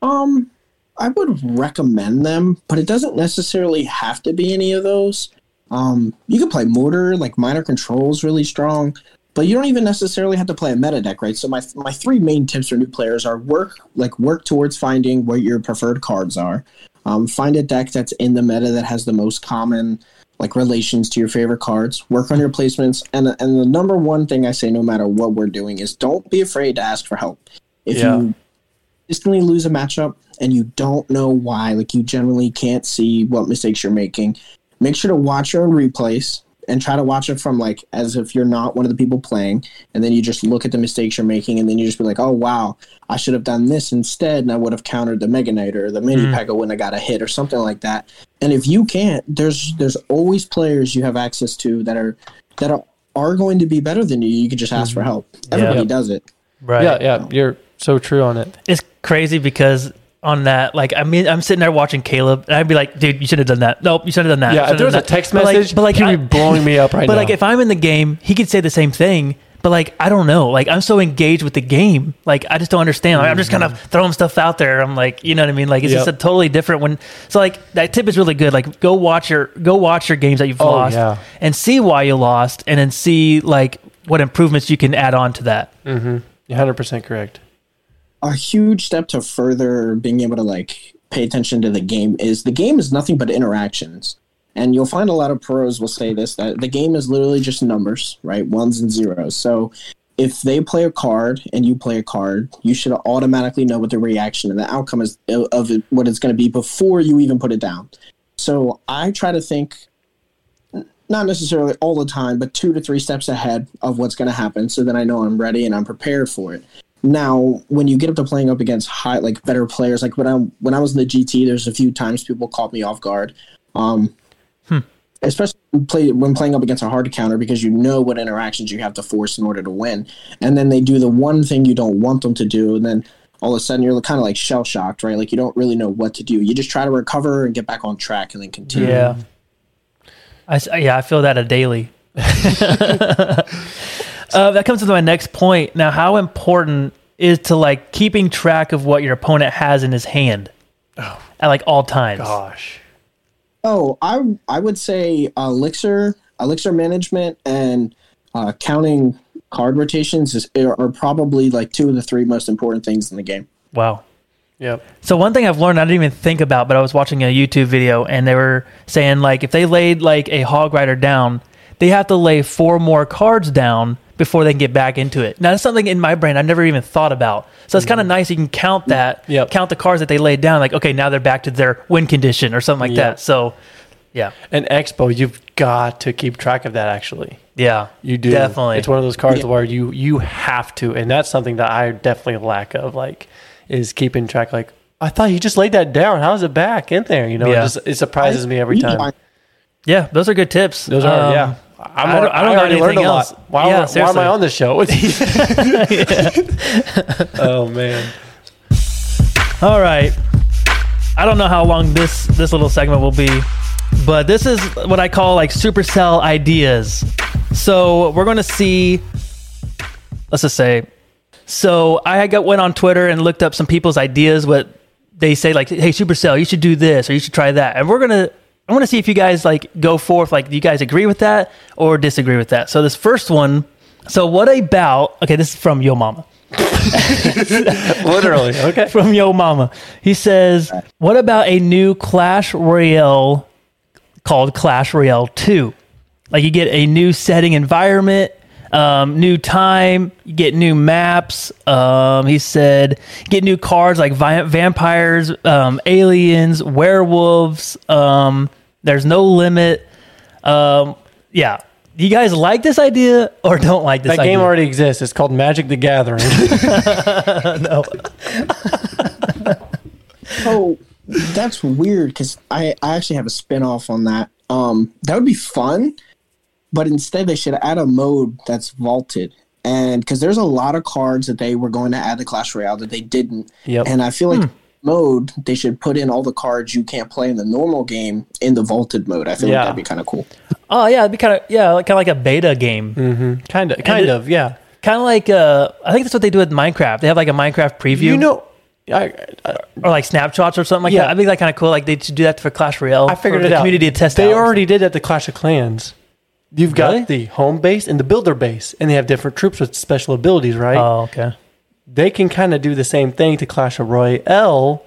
[SPEAKER 3] Um, I would recommend them, but it doesn't necessarily have to be any of those. Um, you could play mortar, like minor controls, really strong, but you don't even necessarily have to play a meta deck, right? So my my three main tips for new players are work like work towards finding what your preferred cards are. Um, find a deck that's in the meta that has the most common like relations to your favorite cards. Work on your placements, and and the number one thing I say, no matter what we're doing, is don't be afraid to ask for help. If
[SPEAKER 2] Yeah.
[SPEAKER 3] you consistently lose a matchup and you don't know why, like you generally can't see what mistakes you're making, make sure to watch your own replays and try to watch it from like as if you're not one of the people playing. And then you just look at the mistakes you're making and then you just be like, oh, wow, I should have done this instead and I would have countered the Mega Knight or the Mini Pega when I got a hit or something like that. And if you can't, there's there's always players you have access to that are that are, are going to be better than you. You could just ask for help. Everybody does it.
[SPEAKER 1] Right.
[SPEAKER 2] yeah, yeah. You're so true on it.
[SPEAKER 1] it's crazy because on that, like I mean, I'm sitting there watching Caleb, and I'd be like, "Dude, you should have done that. Nope, you should have done that."
[SPEAKER 2] Yeah,
[SPEAKER 1] You
[SPEAKER 2] if
[SPEAKER 1] should
[SPEAKER 2] there
[SPEAKER 1] have
[SPEAKER 2] was
[SPEAKER 1] done
[SPEAKER 2] a
[SPEAKER 1] that."
[SPEAKER 2] text message, you'd be blowing me up
[SPEAKER 1] <laughs>
[SPEAKER 2] right
[SPEAKER 1] but
[SPEAKER 2] now.
[SPEAKER 1] like, if I'm in the game, he could say the same thing. But like, I don't know. Like, I'm so engaged with the game. Like, I just don't understand. Like, I'm just kind of throwing stuff out there. I'm like, you know what I mean? Like, it's
[SPEAKER 2] Mm. Yep.
[SPEAKER 1] just a totally different one. So like, that tip is really good. Like, go watch your go watch your games that you've
[SPEAKER 2] Oh,
[SPEAKER 1] lost
[SPEAKER 2] yeah.
[SPEAKER 1] and see why you lost, and then see like what improvements you can add on to that.
[SPEAKER 2] You're 100% correct.
[SPEAKER 3] a huge step to further being able to like pay attention to the game is the game is nothing but interactions and you'll find a lot of pros will say this that the game is literally just numbers right ones and zeros so if they play a card and you play a card you should automatically know what the reaction and the outcome is uh, of it, what it's going to be before you even put it down so i try to think not necessarily all the time, but two to three steps ahead of what's going to happen. So then I know I'm ready and I'm prepared for it. Now, when you get up to playing up against high, like better players, like when I when I was in the GT, there's a few times people caught me off guard. Um, especially when play when playing up against a hard counter because you know what interactions you have to force in order to win, and then they do the one thing you don't want them to do, and then all of a sudden you're kind of like shell shocked, right? Like you don't really know what to do. You just try to recover and get back on track, and then continue.
[SPEAKER 1] Yeah. I, s- yeah, I feel that a daily. <laughs> uh, that comes to my next point. Now, how important is to like keeping track of what your opponent has in his hand at like all times?
[SPEAKER 2] Gosh.
[SPEAKER 3] Oh, I I would say uh, elixir elixir management and uh, counting card rotations is are probably like two of the three most important things in the game.
[SPEAKER 1] Wow.
[SPEAKER 2] Yep.
[SPEAKER 1] So one thing I've learned I didn't even think about, but I was watching a YouTube video and they were saying like if they laid like a hog rider down, they have to lay four more cards down before they can get back into it. Now that's something in my brain I never even thought about. So it's kind of nice you can count that,
[SPEAKER 2] Mm-hmm. Yep.
[SPEAKER 1] count the cards that they laid down. Like okay, now they're back to their win condition or something like
[SPEAKER 2] Yeah.
[SPEAKER 1] that. So yeah,
[SPEAKER 2] And Expo, you've got to keep track of that, actually.
[SPEAKER 1] yeah,
[SPEAKER 2] You do.
[SPEAKER 1] definitely.
[SPEAKER 2] It's one of those cards where you you have to, and that's something that I definitely lack of, like, is keeping track. Like, I thought you just laid that down. How's it back in there? You know,
[SPEAKER 1] Yeah.
[SPEAKER 2] it, just, it surprises me every
[SPEAKER 3] Rewind-
[SPEAKER 2] time.
[SPEAKER 1] yeah, those are good tips.
[SPEAKER 2] Those are,
[SPEAKER 1] Um,
[SPEAKER 2] yeah. I'm,
[SPEAKER 1] I don't- I don't got
[SPEAKER 2] already learned
[SPEAKER 1] anything
[SPEAKER 2] a
[SPEAKER 1] else.
[SPEAKER 2] lot. Why,
[SPEAKER 1] Yeah,
[SPEAKER 2] why am
[SPEAKER 1] seriously.
[SPEAKER 2] I on the show? <laughs> oh, man.
[SPEAKER 1] All right. I don't know how long this this little segment will be, but this is what I call like supercell ideas. So we're going to see. Let's just say. So I had got went on Twitter and looked up some people's ideas what they say like, "Hey, Supercell, you should do this or you should try that," and we're gonna. I want to see if you guys like go forth. Like, do you guys agree with that or disagree with that? So this first one. So what about? Okay, this is from Yo Mama.
[SPEAKER 2] Literally. Okay.
[SPEAKER 1] From Yo Mama, he says, "What about a new Clash Royale called Clash Royale Two? Like, you get a new setting, environment, um, new time, you get new maps. Um, he said, get new cards like vi- vampires, um, aliens, werewolves. Um, there's no limit. Um, yeah." You guys like this idea or don't like this
[SPEAKER 2] That
[SPEAKER 1] idea?
[SPEAKER 2] game already exists. It's called Magic the <laughs> Gathering.
[SPEAKER 3] Oh, that's weird because I, I actually have a spin off on that. Um, that would be fun, but instead they should add a mode that's vaulted. And because there's a lot of cards that they were going to add to Clash Royale that they didn't.
[SPEAKER 2] Yep.
[SPEAKER 3] And I feel like mode, they should put in all the cards you can't play in the normal game in the vaulted mode. I feel
[SPEAKER 2] Yeah.
[SPEAKER 3] like that'd be kind of cool.
[SPEAKER 1] oh yeah, it'd be kind of yeah, kind of like a beta game.
[SPEAKER 2] kind of. Kind
[SPEAKER 1] it-
[SPEAKER 2] of. Yeah.
[SPEAKER 1] kind of like uh, I think that's what they do with Minecraft. They have like a Minecraft preview,
[SPEAKER 2] You know, I, I,
[SPEAKER 1] or like snapshots or something like
[SPEAKER 2] Yeah.
[SPEAKER 1] that. I think that kind of cool. Like they should do that for Clash Royale.
[SPEAKER 2] I figured
[SPEAKER 1] for
[SPEAKER 2] it
[SPEAKER 1] the
[SPEAKER 2] out.
[SPEAKER 1] Community to test.
[SPEAKER 2] They
[SPEAKER 1] out.
[SPEAKER 2] already did at the Clash of Clans. You've got
[SPEAKER 1] Really?
[SPEAKER 2] the home base and the builder base, and they have different troops with special abilities, right?
[SPEAKER 1] Oh okay.
[SPEAKER 2] they can kind of do the same thing to Clash of Royale,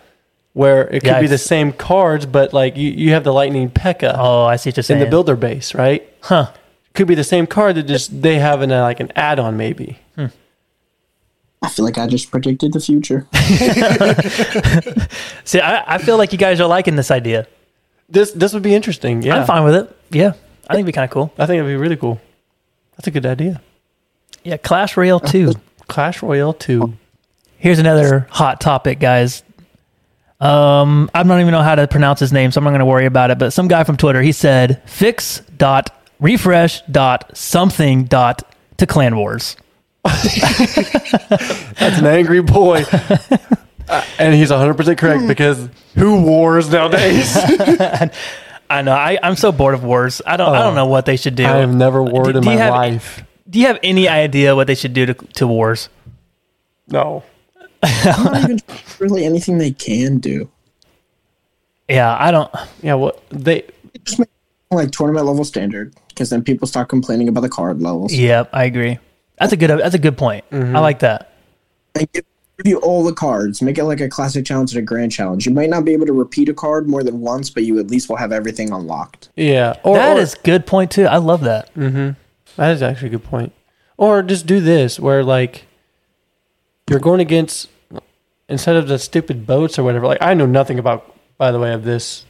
[SPEAKER 2] where it could be
[SPEAKER 1] Yikes.
[SPEAKER 2] the same cards, but like you, you have the Lightning Pekka
[SPEAKER 1] Oh, I see what you're saying.
[SPEAKER 2] in the builder base, right?
[SPEAKER 1] huh?
[SPEAKER 2] Could be the same card that just they have in a, like an add-on, maybe.
[SPEAKER 3] I feel like I just predicted the future.
[SPEAKER 1] See, I, I feel like you guys are liking this idea.
[SPEAKER 2] This this would be interesting. Yeah,
[SPEAKER 1] I'm fine with it. Yeah, I think it'd be kind of cool.
[SPEAKER 2] I think it'd be really cool. That's a good idea.
[SPEAKER 1] Yeah, Clash <laughs> Royale two.
[SPEAKER 2] Clash Royale two.
[SPEAKER 1] Here's another hot topic, guys. Um, I don't even know how to pronounce his name, so I'm not going to worry about it. But some guy from Twitter, he said fix dot refresh dot something dot to Clan Wars.
[SPEAKER 2] That's an angry <laughs> boy. Uh, and he's 100% correct because who wars nowadays?
[SPEAKER 1] I know. I, I'm so bored of wars. I don't. I don't know what they should do.
[SPEAKER 2] <laughs> Oh, I have never warred
[SPEAKER 1] Do-
[SPEAKER 2] in
[SPEAKER 1] do
[SPEAKER 2] my
[SPEAKER 1] you have-
[SPEAKER 2] life.
[SPEAKER 1] Do you have any idea what they should do to, to wars?
[SPEAKER 2] No.
[SPEAKER 3] <laughs> Not even really anything they can do.
[SPEAKER 1] Yeah, I don't.
[SPEAKER 2] Yeah, well, they
[SPEAKER 3] Just make like tournament level standard because then people start complaining about the card levels.
[SPEAKER 1] Yep, I agree. That's a good. That's a good point.
[SPEAKER 2] Mm-hmm.
[SPEAKER 1] I like that.
[SPEAKER 3] and give give you all the cards. Make it like a classic challenge and a grand challenge. You might not be able to repeat a card more than once, but you at least will have everything unlocked.
[SPEAKER 2] yeah. Or,
[SPEAKER 1] That is
[SPEAKER 2] or- Mm-hmm.
[SPEAKER 1] good point too. I love that.
[SPEAKER 2] That is actually a good point. Or just do this where like you're going against instead of the stupid boats or whatever. Like I know nothing about by the way of this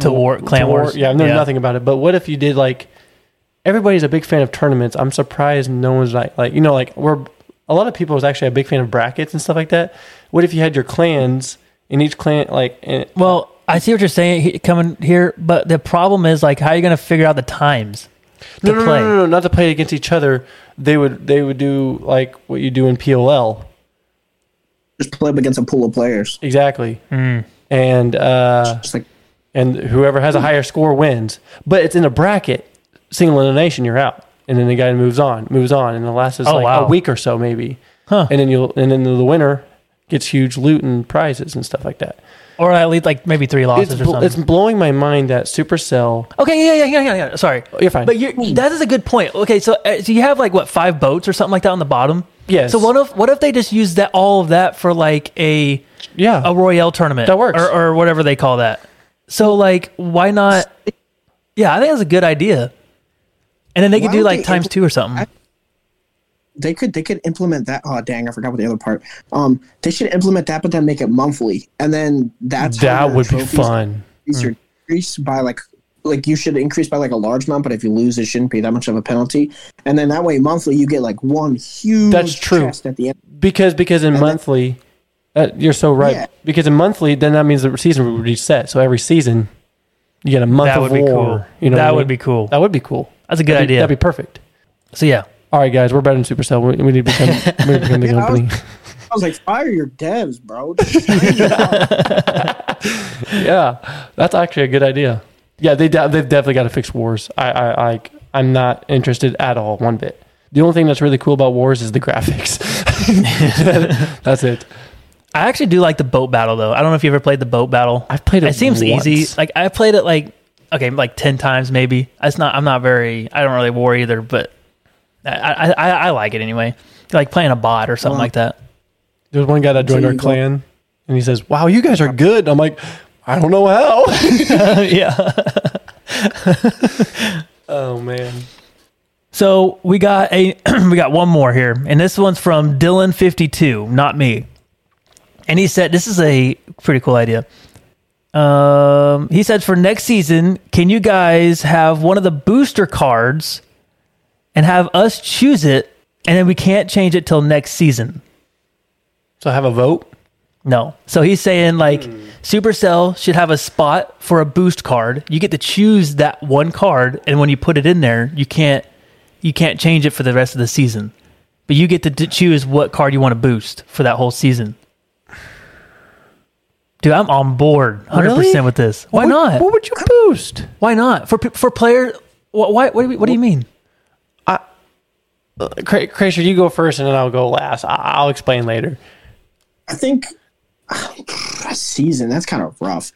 [SPEAKER 1] To war, clan
[SPEAKER 2] to war-
[SPEAKER 1] wars.
[SPEAKER 2] Yeah, I know nothing about it. But what if you did like everybody's a big fan of tournaments. I'm surprised no one's like like you know like we're a lot of people is actually a big fan of brackets and stuff like that. What if you had your clans and each clan like eh, and,
[SPEAKER 1] Well, I see what you're saying he, coming here, but the problem is like, how are you going to figure out the times to
[SPEAKER 2] no, no,
[SPEAKER 1] play?
[SPEAKER 2] No, no, no, not to play against each other. They would they would do like what you do in POL.
[SPEAKER 3] Just play up against a pool of players.
[SPEAKER 2] Exactly.
[SPEAKER 1] Hmm.
[SPEAKER 2] And uh,
[SPEAKER 3] Just like
[SPEAKER 2] and whoever has a higher score wins. But it's in a bracket, single elimination, you're out. And then the guy moves on, moves on, and it lasts us
[SPEAKER 1] Oh,
[SPEAKER 2] like
[SPEAKER 1] wow.
[SPEAKER 2] a week or so maybe.
[SPEAKER 1] Huh.
[SPEAKER 2] And then you'll and then the winner gets huge loot and prizes and stuff like that.
[SPEAKER 1] Or at least like maybe three losses
[SPEAKER 2] It's,
[SPEAKER 1] or
[SPEAKER 2] bl-
[SPEAKER 1] something.
[SPEAKER 2] it's blowing my mind that Supercell
[SPEAKER 1] Okay, yeah, yeah, yeah, yeah, yeah. Sorry,
[SPEAKER 2] You're fine.
[SPEAKER 1] But you're, that is a good point. Okay, so uh, so you have like what five boats or something like that on the bottom.
[SPEAKER 2] Yes.
[SPEAKER 1] So what if what if they just use that all of that for like a
[SPEAKER 2] Yeah.
[SPEAKER 1] a royale tournament
[SPEAKER 2] That works.
[SPEAKER 1] or, or whatever they call that? So like why not? Yeah, I think that's a good idea. And then they could
[SPEAKER 3] Why
[SPEAKER 1] do
[SPEAKER 3] don't
[SPEAKER 1] like
[SPEAKER 3] they
[SPEAKER 1] times
[SPEAKER 3] impl-
[SPEAKER 1] two or something.
[SPEAKER 3] they could they could implement that. Oh dang, I forgot what the other part. Um, they should implement that, but then make it monthly, and then that's how
[SPEAKER 2] that
[SPEAKER 3] your
[SPEAKER 2] would be
[SPEAKER 3] trophies
[SPEAKER 2] fun. Mm.
[SPEAKER 3] increase or decrease by like like you should increase by like a large amount, but if you lose, it shouldn't be that much of a penalty. And then that way, monthly, you get like one huge
[SPEAKER 2] That's true.
[SPEAKER 3] chest at the end.
[SPEAKER 2] Because because in monthly uh, you're so right.
[SPEAKER 3] Yeah.
[SPEAKER 2] Because in monthly, then that means the season would reset. So every season, you get a month
[SPEAKER 1] That
[SPEAKER 2] of
[SPEAKER 1] would be
[SPEAKER 2] war.
[SPEAKER 1] cool.
[SPEAKER 2] You know
[SPEAKER 1] That
[SPEAKER 2] what I
[SPEAKER 1] would
[SPEAKER 2] mean?
[SPEAKER 1] be cool.
[SPEAKER 2] That would be cool.
[SPEAKER 1] That's a good
[SPEAKER 2] That'd be-
[SPEAKER 1] idea.
[SPEAKER 2] that'd be perfect.
[SPEAKER 1] so yeah,
[SPEAKER 2] All right, guys, we're better than Supercell. We, we need to become, we need to become the
[SPEAKER 3] Yeah, I was-
[SPEAKER 2] company.
[SPEAKER 3] I was like, fire your
[SPEAKER 2] <laughs>
[SPEAKER 3] devs, bro.
[SPEAKER 2] yeah, that's actually a good idea. Yeah, they de- they've definitely got to fix wars. I I I I'm not interested at all one bit. The only thing <laughs> that's really cool about wars is the graphics. that's it.
[SPEAKER 1] I actually do like the boat battle though. I don't know if you ever played the boat battle.
[SPEAKER 2] I've played it
[SPEAKER 1] It seems
[SPEAKER 2] once.
[SPEAKER 1] easy. Like I played it like okay, like ten times maybe. It's not. I'm not very. I don't really war either, but I I, I, I like it anyway. Like playing a bot or something
[SPEAKER 3] Well,
[SPEAKER 1] like that.
[SPEAKER 2] There's one guy that joined
[SPEAKER 3] So
[SPEAKER 2] our
[SPEAKER 3] you go-
[SPEAKER 2] clan, and he says, "Wow, you guys are good." I'm like, I don't know how. <laughs>
[SPEAKER 1] yeah.
[SPEAKER 2] oh man,
[SPEAKER 1] So we got a <clears throat> we got one more here, and this one's from Dylan fifty two, not me. And he said, "This is a pretty cool idea." Um, he said, "For next season, can you guys have one of the booster cards, and have us choose it, and then we can't change it till next season?"
[SPEAKER 2] so I have a vote.
[SPEAKER 1] No. So he's saying like
[SPEAKER 2] Hmm.
[SPEAKER 1] Supercell should have a spot for a boost card. You get to choose that one card, and when you put it in there, you can't you can't change it for the rest of the season. But you get to d- choose what card you want to boost for that whole season. Dude, I'm on board 100%
[SPEAKER 2] Really?
[SPEAKER 1] with this. Why
[SPEAKER 2] What-
[SPEAKER 1] not?
[SPEAKER 2] What would you boost?
[SPEAKER 1] Why not? For pe- for players why, why what do you, what do you mean?
[SPEAKER 2] Cra- Crasher, you go first, and then I'll go last. I- I'll explain later.
[SPEAKER 3] I think <sighs> a season that's kind of rough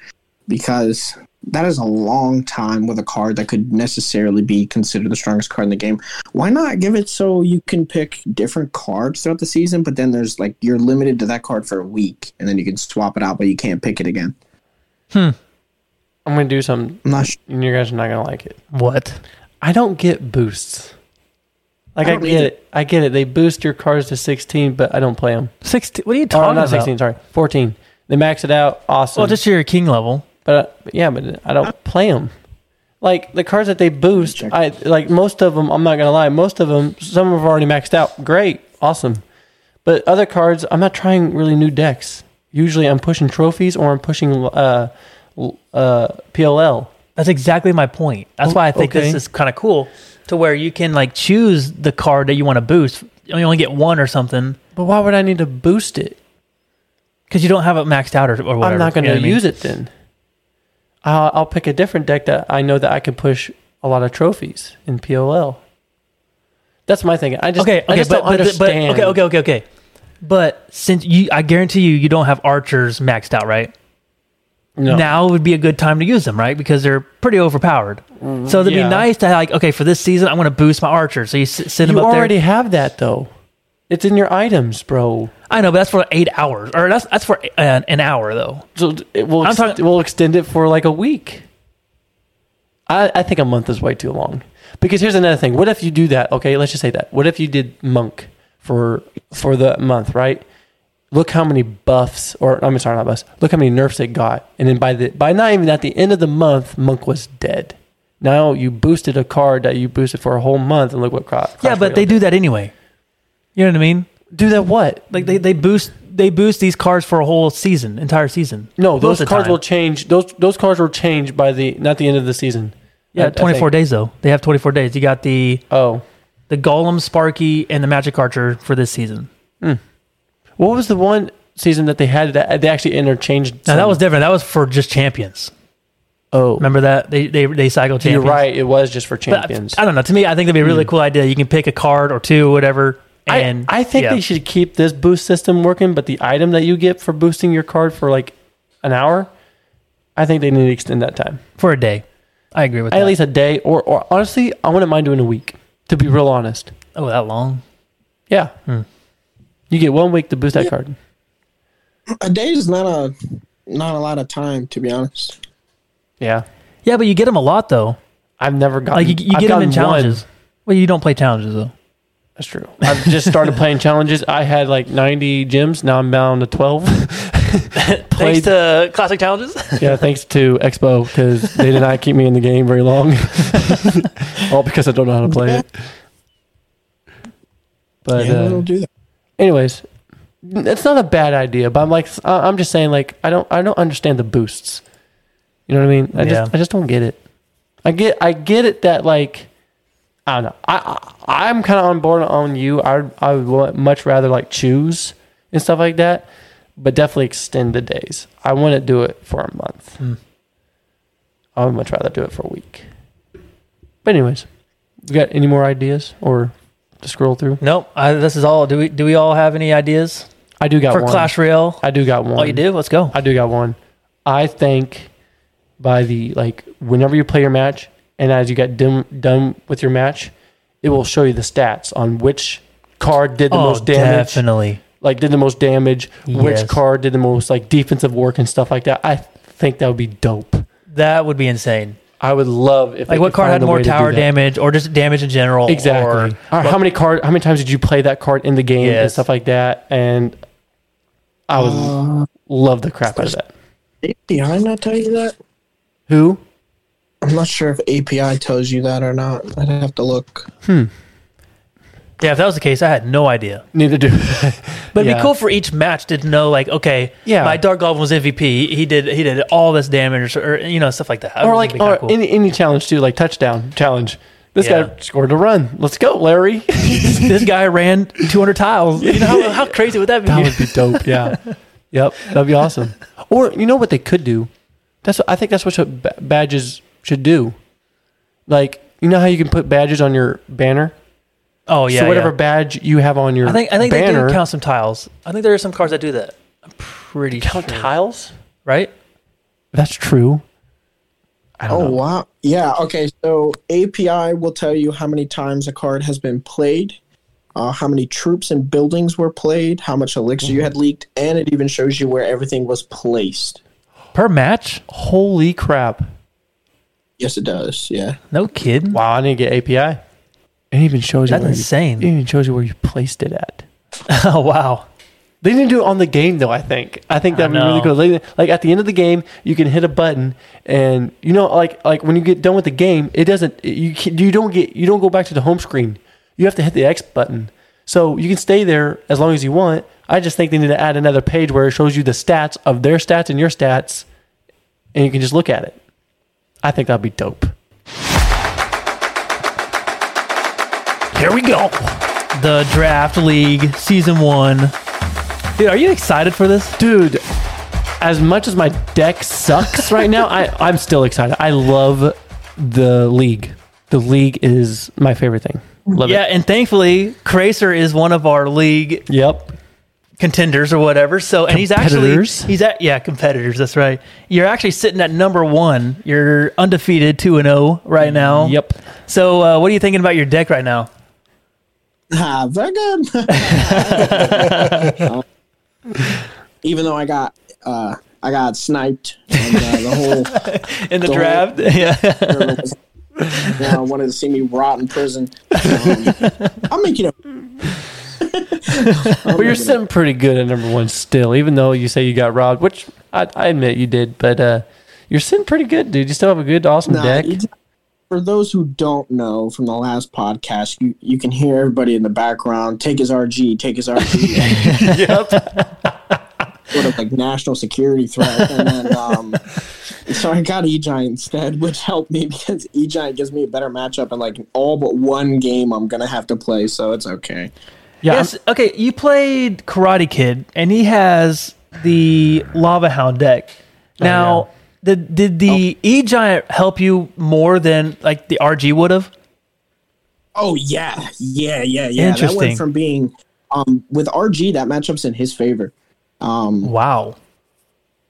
[SPEAKER 3] because that is a long time with a card that could necessarily be considered the strongest card in the game. Why not give it so you can pick different cards throughout the season, but then there's like you're limited to that card for a week and then you can swap it out, but you can't pick it again.
[SPEAKER 2] I'm gonna do something,
[SPEAKER 3] I'm not sure.
[SPEAKER 2] and you guys are not gonna like it.
[SPEAKER 1] What?
[SPEAKER 2] I don't get boosts. Like
[SPEAKER 3] I
[SPEAKER 2] I,
[SPEAKER 3] don't
[SPEAKER 2] get
[SPEAKER 3] either.
[SPEAKER 2] it. I get it. They boost your cards to 16, but I don't play them.
[SPEAKER 1] 16 What are you
[SPEAKER 2] Oh,
[SPEAKER 1] talking
[SPEAKER 2] not
[SPEAKER 1] about?
[SPEAKER 2] 16. Sorry, 14. They max it out. Awesome.
[SPEAKER 1] Well, just your king level.
[SPEAKER 2] But, uh, but yeah, but I don't play them. Like the cards that they boost,
[SPEAKER 3] Check.
[SPEAKER 2] I like most of them. I'm not gonna lie, most of them, some have already maxed out. Great, awesome. But other cards, I'm not trying really new decks. Usually, I'm pushing trophies or I'm pushing uh, l- uh, PLL.
[SPEAKER 1] That's exactly my point. That's why I think
[SPEAKER 2] Oh, okay.
[SPEAKER 1] this is kind of cool to where you can like choose the card that you want to boost. You only get one or something
[SPEAKER 2] But why would I need to boost it?
[SPEAKER 1] because you don't have it maxed out or, or whatever.
[SPEAKER 2] I'm not going to use
[SPEAKER 1] it.
[SPEAKER 2] it then. I'll, I'll pick a different deck that I know that I can push a lot of trophies in POL. That's my thinking. I just
[SPEAKER 1] Okay, okay,
[SPEAKER 2] I just
[SPEAKER 1] but,
[SPEAKER 2] don't
[SPEAKER 1] but, the- but
[SPEAKER 2] understand.
[SPEAKER 1] okay, okay, okay, okay. But since you, I guarantee you, you don't have archers maxed out, right?
[SPEAKER 2] No.
[SPEAKER 1] Now would be a good time to use them, right? Because they're pretty overpowered. So it'd
[SPEAKER 2] Mm-hmm. yeah.
[SPEAKER 1] be nice to like, okay, for this season, I'm going to boost my archer. So you s- send
[SPEAKER 2] you
[SPEAKER 1] them up
[SPEAKER 2] already
[SPEAKER 1] there.
[SPEAKER 2] have that though. It's in your items, bro.
[SPEAKER 1] I know, but that's for eight hours, or that's that's for an, an hour though.
[SPEAKER 2] So d- it will
[SPEAKER 1] I'm
[SPEAKER 2] ex-
[SPEAKER 1] talking-
[SPEAKER 2] we'll extend it for like a week. I, I think a month is way too long. Because here's another thing. What if you do that? Okay, let's just say that. What if you did monk for for the month, right? Look how many buffs or I'm sorry, not buffs. Look how many nerfs it got. And then by the by not even at the end of the month, monk was dead. Now you boosted a card that you boosted for a whole month and look what cro-
[SPEAKER 1] Yeah, but they do that anyway. You know what I mean?
[SPEAKER 2] do that what?
[SPEAKER 1] Like they, they boost they boost these cards for a whole season, entire season.
[SPEAKER 2] No,
[SPEAKER 1] Most
[SPEAKER 2] those
[SPEAKER 1] of the
[SPEAKER 2] cards
[SPEAKER 1] time.
[SPEAKER 2] will change. Those those cards will change by the not the end of the season. I-
[SPEAKER 1] Yeah,
[SPEAKER 2] I
[SPEAKER 1] twenty four
[SPEAKER 2] think.
[SPEAKER 1] days though. They have twenty four days. You got the
[SPEAKER 2] Oh,
[SPEAKER 1] the Golem, Sparky, and the Magic Archer for this season.
[SPEAKER 2] What was the one season that they had that they actually interchanged?
[SPEAKER 1] Now that
[SPEAKER 2] some-
[SPEAKER 1] was different. That was for just champions.
[SPEAKER 2] oh,
[SPEAKER 1] Remember that they they they cycle
[SPEAKER 2] you're
[SPEAKER 1] champions.
[SPEAKER 2] right. It was just for
[SPEAKER 1] But
[SPEAKER 2] champions. Hmm.
[SPEAKER 1] I, I don't know. To me, I think that'd be a really cool idea. You can pick a card or two, whatever.
[SPEAKER 2] I,
[SPEAKER 1] And
[SPEAKER 2] I think
[SPEAKER 1] yeah.
[SPEAKER 2] they should keep this boost system working, but the item that you get for boosting your card for like an hour, I think they need to extend that time
[SPEAKER 1] for a day. I agree with
[SPEAKER 2] at
[SPEAKER 1] that.
[SPEAKER 2] least a day, or or honestly, I wouldn't mind doing a week. To be real honest,
[SPEAKER 1] oh, that long.
[SPEAKER 2] yeah,
[SPEAKER 1] Hmm.
[SPEAKER 2] you get one week to boost that card.
[SPEAKER 3] A day is not a not a lot of time to be honest.
[SPEAKER 2] Yeah,
[SPEAKER 1] Yeah, but you get them a lot though.
[SPEAKER 2] I've never gotten
[SPEAKER 1] Like you, you
[SPEAKER 2] I've
[SPEAKER 1] get them in
[SPEAKER 2] gotten one.
[SPEAKER 1] challenges. Well, you don't play challenges though.
[SPEAKER 2] That's true. I've just started playing challenges. I had like 90 gyms. Now I'm down to 12. Played-
[SPEAKER 1] to classic <laughs> challenges.
[SPEAKER 2] yeah, thanks to Expo because they did not keep me in the game very long. <laughs> All because I don't know how to play it. But
[SPEAKER 3] yeah, it'll
[SPEAKER 2] uh,
[SPEAKER 3] do that.
[SPEAKER 2] anyways, it's not a bad idea. But I'm like, I- I'm just saying, like, I don't, I don't understand the boosts. You know what I mean? I
[SPEAKER 1] Yeah.
[SPEAKER 2] just, I just don't get it. I get, I get it that like, I don't know. I, I I'm kind of on board on you. I, I would want- much rather like choose and stuff like that, but definitely extend the days. I wouldn't do it for a month. I would much rather do it for a week. But anyways, you got any more ideas or to scroll through?
[SPEAKER 1] Nope. I, this is all. Do we do we all have any ideas?
[SPEAKER 2] I do got
[SPEAKER 1] for
[SPEAKER 2] one.
[SPEAKER 1] Clash Royale?
[SPEAKER 2] I do got one.
[SPEAKER 1] Oh, you do? Let's go.
[SPEAKER 2] I do got one. I think by the like whenever you play your match and as you get dim, done with your match, it will show you the stats on which card did the most damage,
[SPEAKER 1] Oh, definitely.
[SPEAKER 2] like did the most damage,
[SPEAKER 1] Yes.
[SPEAKER 2] which card did the most like defensive work and stuff like that. I think that would be dope.
[SPEAKER 1] That would be insane.
[SPEAKER 2] I would love if
[SPEAKER 1] Like,
[SPEAKER 2] they
[SPEAKER 1] what
[SPEAKER 2] could
[SPEAKER 1] card
[SPEAKER 2] find
[SPEAKER 1] had
[SPEAKER 2] a
[SPEAKER 1] more
[SPEAKER 2] way to do
[SPEAKER 1] tower
[SPEAKER 2] that.
[SPEAKER 1] damage or just damage in general?
[SPEAKER 2] Exactly.
[SPEAKER 1] Or,
[SPEAKER 2] Or how many card? How many times did you play that card in the game and
[SPEAKER 1] Yes.
[SPEAKER 2] stuff like that? And I would love the crap out of that.
[SPEAKER 3] API not tell you that?
[SPEAKER 2] Who?
[SPEAKER 3] I'm not sure if API tells you that or not. I'd have to look.
[SPEAKER 1] yeah, if that was the case, I had no idea.
[SPEAKER 2] <laughs> Neither do.
[SPEAKER 1] But it'd
[SPEAKER 2] Yeah.
[SPEAKER 1] be cool for each match to know, like, okay,
[SPEAKER 2] Yeah.
[SPEAKER 1] my Dark Goblin was MVP. He he did he did all this damage, or, or, you know, stuff like that. I
[SPEAKER 2] <laughs> or
[SPEAKER 1] would
[SPEAKER 2] like
[SPEAKER 1] think it'd be
[SPEAKER 2] or
[SPEAKER 1] kinda cool.
[SPEAKER 2] any any challenge too, like touchdown challenge. This
[SPEAKER 1] Yeah.
[SPEAKER 2] guy scored a run. Let's go, Larry.
[SPEAKER 1] this guy ran 200 tiles. You know how,
[SPEAKER 2] <laughs>
[SPEAKER 1] how crazy would that be?
[SPEAKER 2] that would be dope. Yeah. yep. That'd be awesome. Or you know what they could do? That's what, I think that's what should- ba- badges should do. Like you know how you can put badges on your banner.
[SPEAKER 1] oh yeah.
[SPEAKER 2] so whatever
[SPEAKER 1] yeah.
[SPEAKER 2] badge you have on your
[SPEAKER 1] I think I think
[SPEAKER 2] banner,
[SPEAKER 1] they do count some tiles. I think there are some cards that do that. I'm pretty
[SPEAKER 2] count
[SPEAKER 1] sure.
[SPEAKER 2] tiles.
[SPEAKER 1] right?
[SPEAKER 2] That's true. I don't
[SPEAKER 3] Oh
[SPEAKER 2] know.
[SPEAKER 3] wow! Yeah. Okay. So API will tell you how many times a card has been played, uh, how many troops and buildings were played, how much elixir you
[SPEAKER 1] Mm-hmm.
[SPEAKER 3] had leaked, and it even shows you where everything was placed.
[SPEAKER 1] Per match?
[SPEAKER 2] Holy crap!
[SPEAKER 3] Yes, it does. Yeah. <laughs>
[SPEAKER 1] No kidding.
[SPEAKER 2] Wow, I need to get API. It even shows you
[SPEAKER 1] That's
[SPEAKER 2] where
[SPEAKER 1] insane.
[SPEAKER 2] You, it even shows you where you placed it at.
[SPEAKER 1] oh <laughs> wow.
[SPEAKER 2] They didn't do it on the game though. I think. I think that'd
[SPEAKER 1] I
[SPEAKER 2] be really
[SPEAKER 1] know.
[SPEAKER 2] cool. Like, like, at the end of the game, you can hit a button, and you know, like like when you get done with the game, it doesn't. You can, you don't get you don't go back to the home screen. You have to hit the X button. So you can stay there as long as you want. I just think they need to add another page where it shows you the stats of their stats and your stats, and you can just look at it. I think that'd be dope.
[SPEAKER 1] Here we go. The draft league season one. Dude, are you excited for this?
[SPEAKER 2] dude as much as my deck sucks right now I, i'm still excited i love the league the league is my favorite thing love
[SPEAKER 1] yeah,
[SPEAKER 2] it
[SPEAKER 1] and thankfully, Kracer is one of our league
[SPEAKER 2] yep
[SPEAKER 1] contenders or whatever. So, and he's actually
[SPEAKER 2] Competitors?
[SPEAKER 1] he's at yeah competitors. That's right. You're actually sitting at number one. You're undefeated, two and zero
[SPEAKER 2] Mm,
[SPEAKER 1] right now.
[SPEAKER 2] yep
[SPEAKER 1] So, uh, what are you thinking about your deck right now?
[SPEAKER 3] Ah,
[SPEAKER 1] <laughs>
[SPEAKER 3] very <laughs> good. even though I got uh, I got sniped, and, uh, the whole
[SPEAKER 1] <laughs> In the
[SPEAKER 2] <laughs>
[SPEAKER 3] Don't-
[SPEAKER 1] draft, <laughs> yeah.
[SPEAKER 3] everyone was, you know, wanted to see me rot in
[SPEAKER 1] <laughs>
[SPEAKER 3] prison. Um, I'll make you know.
[SPEAKER 2] but you're sitting pretty good at number one still even though you say you got robbed which i, I admit you did but uh you're sitting pretty good dude you still have a good awesome
[SPEAKER 3] Nah,
[SPEAKER 2] deck
[SPEAKER 3] it's- for those who don't know from the last podcast, you, you can hear everybody in the background take his RG, take his <laughs> RG. Sort of like national security threat. And then, <laughs> um, so I got E Giant instead, which helped me <laughs> because E Giant gives me a better matchup in like all but one game I'm going to have to play. So it's okay.
[SPEAKER 2] yeah I'm-
[SPEAKER 1] yes. Okay, you played Karate Kid, and he has the Lava Hound deck.
[SPEAKER 2] Oh,
[SPEAKER 1] Now, did did the E Giant help you more than like the RG would have?
[SPEAKER 3] Oh yeah, yeah, yeah, yeah. That
[SPEAKER 1] Interesting.
[SPEAKER 3] went from being um with RG that matchup's in his favor. Um
[SPEAKER 1] Wow.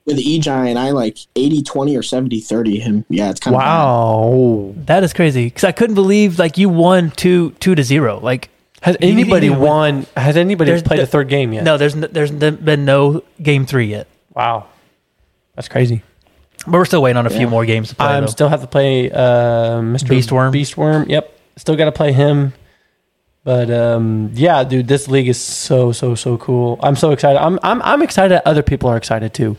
[SPEAKER 3] with E Giant I like 80 20 or 70 30 him. Yeah, it's kind of
[SPEAKER 2] wow
[SPEAKER 1] That is crazy because I couldn't believe like you won two two to zero. Like
[SPEAKER 2] has
[SPEAKER 1] you need
[SPEAKER 2] anybody
[SPEAKER 1] to win.
[SPEAKER 2] won has anybody
[SPEAKER 1] There's
[SPEAKER 2] played
[SPEAKER 1] the-
[SPEAKER 2] a third game yet
[SPEAKER 1] no, there's n- there's n- been no game three yet,
[SPEAKER 2] wow that's crazy
[SPEAKER 1] but we're still waiting on a few more games to play.
[SPEAKER 2] I'm
[SPEAKER 1] though.
[SPEAKER 2] Um, still have to play uh, Mr.
[SPEAKER 1] Beastworm.
[SPEAKER 2] Beastworm. Yep, still got to play him. But um, yeah, dude, this league is so so so cool. I'm so excited. I'm I'm I'm excited. that Other people are excited too,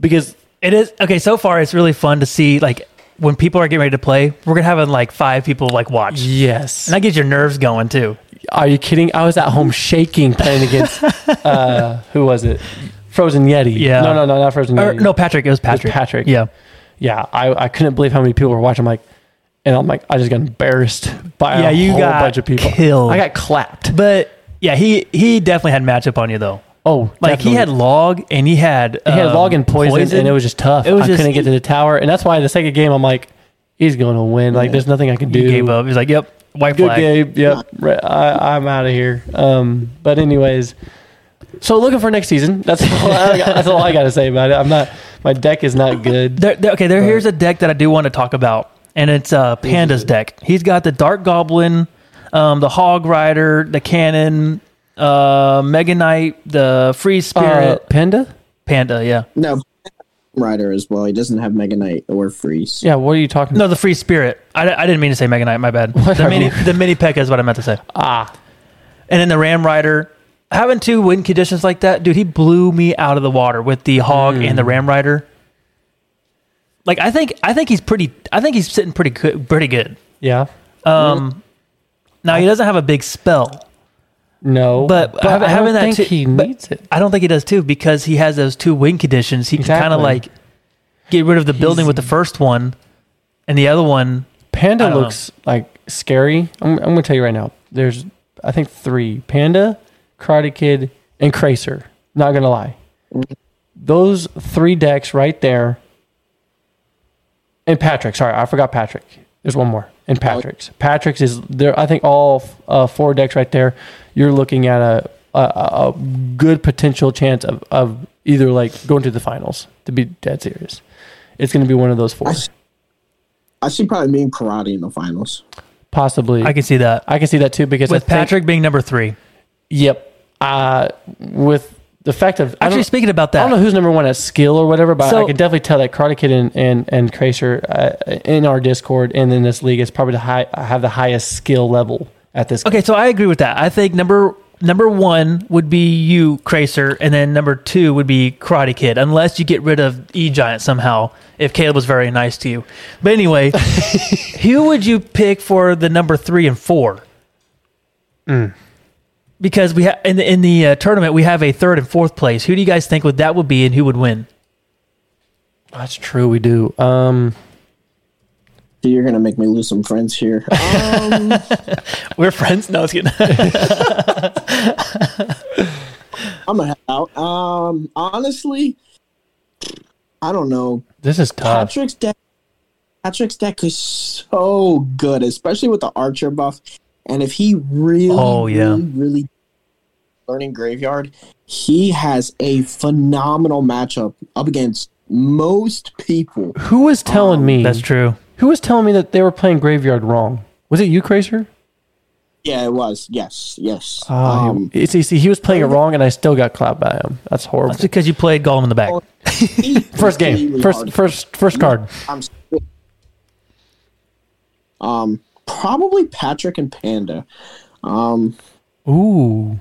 [SPEAKER 2] because
[SPEAKER 1] it is okay so far. It's really fun to see like when people are getting ready to play. We're gonna have like five people like watch,
[SPEAKER 2] yes,
[SPEAKER 1] and that gets your nerves going too.
[SPEAKER 2] are you kidding? I was at home shaking playing
[SPEAKER 1] <laughs>
[SPEAKER 2] against uh, who was it? Frozen Yeti.
[SPEAKER 1] Yeah.
[SPEAKER 2] no, no, no, not Frozen
[SPEAKER 1] Or
[SPEAKER 2] Yeti.
[SPEAKER 1] no, Patrick. It was Patrick.
[SPEAKER 2] Patrick.
[SPEAKER 1] Yeah.
[SPEAKER 2] yeah, I, I couldn't believe how many people were watching. I'm like, and I'm like, I just got embarrassed by
[SPEAKER 1] Yeah,
[SPEAKER 2] a
[SPEAKER 1] you
[SPEAKER 2] whole
[SPEAKER 1] got
[SPEAKER 2] bunch of people.
[SPEAKER 1] killed.
[SPEAKER 2] I got clapped.
[SPEAKER 1] But yeah, he he definitely had matchup on you though.
[SPEAKER 2] Oh,
[SPEAKER 1] Like he
[SPEAKER 2] definitely.
[SPEAKER 1] had log and he had
[SPEAKER 2] He had log and poison, and it was just tough.
[SPEAKER 1] Um, It was
[SPEAKER 2] I
[SPEAKER 1] just-
[SPEAKER 2] couldn't get to the tower, and that's why the second game I'm like, he's going to win. Like, there's nothing I can do.
[SPEAKER 1] he gave up. He's like, "Yep, white
[SPEAKER 2] Good
[SPEAKER 1] flag."
[SPEAKER 2] game. Yep, Re- I, I'm out of here. Um, but anyways, So looking for next season. That's <laughs> all I got, that's all I got to say about it. I'm not. My deck is
[SPEAKER 1] <laughs>
[SPEAKER 2] not good.
[SPEAKER 1] There, there- okay, there. here's a deck that I do want to talk about, and it's uh, Panda's deck. He's got the Dark Goblin, um, the Hog Rider, the Cannon, uh, Mega Knight, the Free
[SPEAKER 2] Uh,
[SPEAKER 1] Spirit,
[SPEAKER 2] Panda.
[SPEAKER 1] Panda. Yeah,
[SPEAKER 3] No, Rider as well. He doesn't have Mega Knight or Freeze.
[SPEAKER 2] Yeah. What are you talking?
[SPEAKER 1] no, the Free Spirit. I, I didn't mean to say Mega Knight. My bad. The
[SPEAKER 2] are
[SPEAKER 1] mini,
[SPEAKER 2] you-
[SPEAKER 1] the mini Pekka is what I meant to say.
[SPEAKER 2] Ah.
[SPEAKER 1] And then the Ram Rider. Having two win conditions like that, dude, he blew me out of the water with the hog and
[SPEAKER 2] Mm.
[SPEAKER 1] the Ram Rider. Like I think I think he's pretty I think he's sitting pretty good pretty good. Um,
[SPEAKER 2] Yeah.
[SPEAKER 1] Now he doesn't have a big spell.
[SPEAKER 2] No.
[SPEAKER 1] But
[SPEAKER 2] I
[SPEAKER 1] hav-
[SPEAKER 2] don't
[SPEAKER 1] having that
[SPEAKER 2] think
[SPEAKER 1] too-
[SPEAKER 2] he
[SPEAKER 1] but-
[SPEAKER 2] needs it.
[SPEAKER 1] I don't think he does too because he has those two win conditions. He can kind of
[SPEAKER 2] Exactly.
[SPEAKER 1] like get rid of the building with the first one, and the other one. I
[SPEAKER 2] Panda
[SPEAKER 1] don't
[SPEAKER 2] looks like scary. I'm, I'm going to tell you right now. There's, I think, three Panda, Karate Kid, and Cracer. Not going to lie. Those three decks right there. And Patrick. Sorry, I forgot Patrick. There's one more. And Patrick's. Patrick's is there. I think all uh, four decks right there, you're looking at a, a, a a good potential chance of, of either like going to the finals, to be dead serious. It's going to be one of those four.
[SPEAKER 3] I should probably mean karate in the finals.
[SPEAKER 2] Possibly.
[SPEAKER 1] I can see that
[SPEAKER 2] I can see that too because I
[SPEAKER 1] with
[SPEAKER 2] think-
[SPEAKER 1] Patrick being number three.
[SPEAKER 2] yep. Uh, with the fact of I
[SPEAKER 1] Actually,
[SPEAKER 2] don't-
[SPEAKER 1] speaking about
[SPEAKER 2] I
[SPEAKER 1] that,
[SPEAKER 2] don't know who's number one at skill or whatever, but
[SPEAKER 1] So-
[SPEAKER 2] I can definitely tell that Karate Kid and and, and Cracer uh, in our Discord and in this league is probably the high have the highest skill level at this.
[SPEAKER 1] okay, so I agree with that. I think number number one would be you, Cracer, and then number two would be Karate Kid, unless you get rid of E Giant somehow. If Caleb was very nice to you, but
[SPEAKER 2] <laughs>
[SPEAKER 1] anyway, who would you pick for the number three and four?
[SPEAKER 2] Mm.
[SPEAKER 1] because we ha- in the, in the uh, tournament we have a third and fourth place. Who do you guys think would that would be, and who would win?
[SPEAKER 2] That's true. We do. Um,
[SPEAKER 3] You're gonna make me lose some friends here. <laughs>
[SPEAKER 1] We're friends. No, it's good.
[SPEAKER 3] I'm gonna head out. Um, honestly, I don't know.
[SPEAKER 2] this is tough.
[SPEAKER 3] Patrick's deck, Patrick's deck is so good, especially with the Archer buff. And if he really,
[SPEAKER 1] Oh, yeah.
[SPEAKER 3] really, really learning graveyard, he has a phenomenal matchup up against most people.
[SPEAKER 2] Who was telling me?
[SPEAKER 1] um, That's true.
[SPEAKER 2] Who was telling me that they were playing Graveyard wrong? Was it you, Cracer?
[SPEAKER 3] Yeah, it was. Yes, yes.
[SPEAKER 2] Ah,
[SPEAKER 3] um,
[SPEAKER 2] he, see, see, he was playing it wrong, and I still got clapped by him. That's horrible.
[SPEAKER 1] That's because you played Gollum in the back.
[SPEAKER 3] he-
[SPEAKER 2] <laughs> First game,
[SPEAKER 3] really
[SPEAKER 2] first,
[SPEAKER 3] hard.
[SPEAKER 2] first, first card.
[SPEAKER 3] I'm. Um, probably Patrick and Panda. Um,
[SPEAKER 2] Ooh,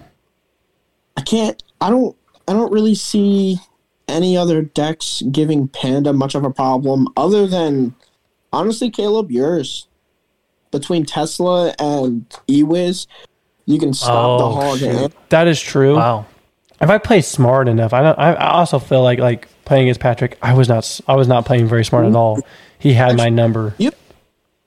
[SPEAKER 3] I can't. I don't. I don't really see any other decks giving Panda much of a problem, other than honestly, Caleb, yours between Tesla and Ewiz, you can
[SPEAKER 1] Oh,
[SPEAKER 3] stop the hog. And,
[SPEAKER 2] that is true.
[SPEAKER 1] Wow.
[SPEAKER 2] if I play smart enough, I don't, I I also feel like like playing as Patrick. I was not s- I was not playing very smart at all. He had my number.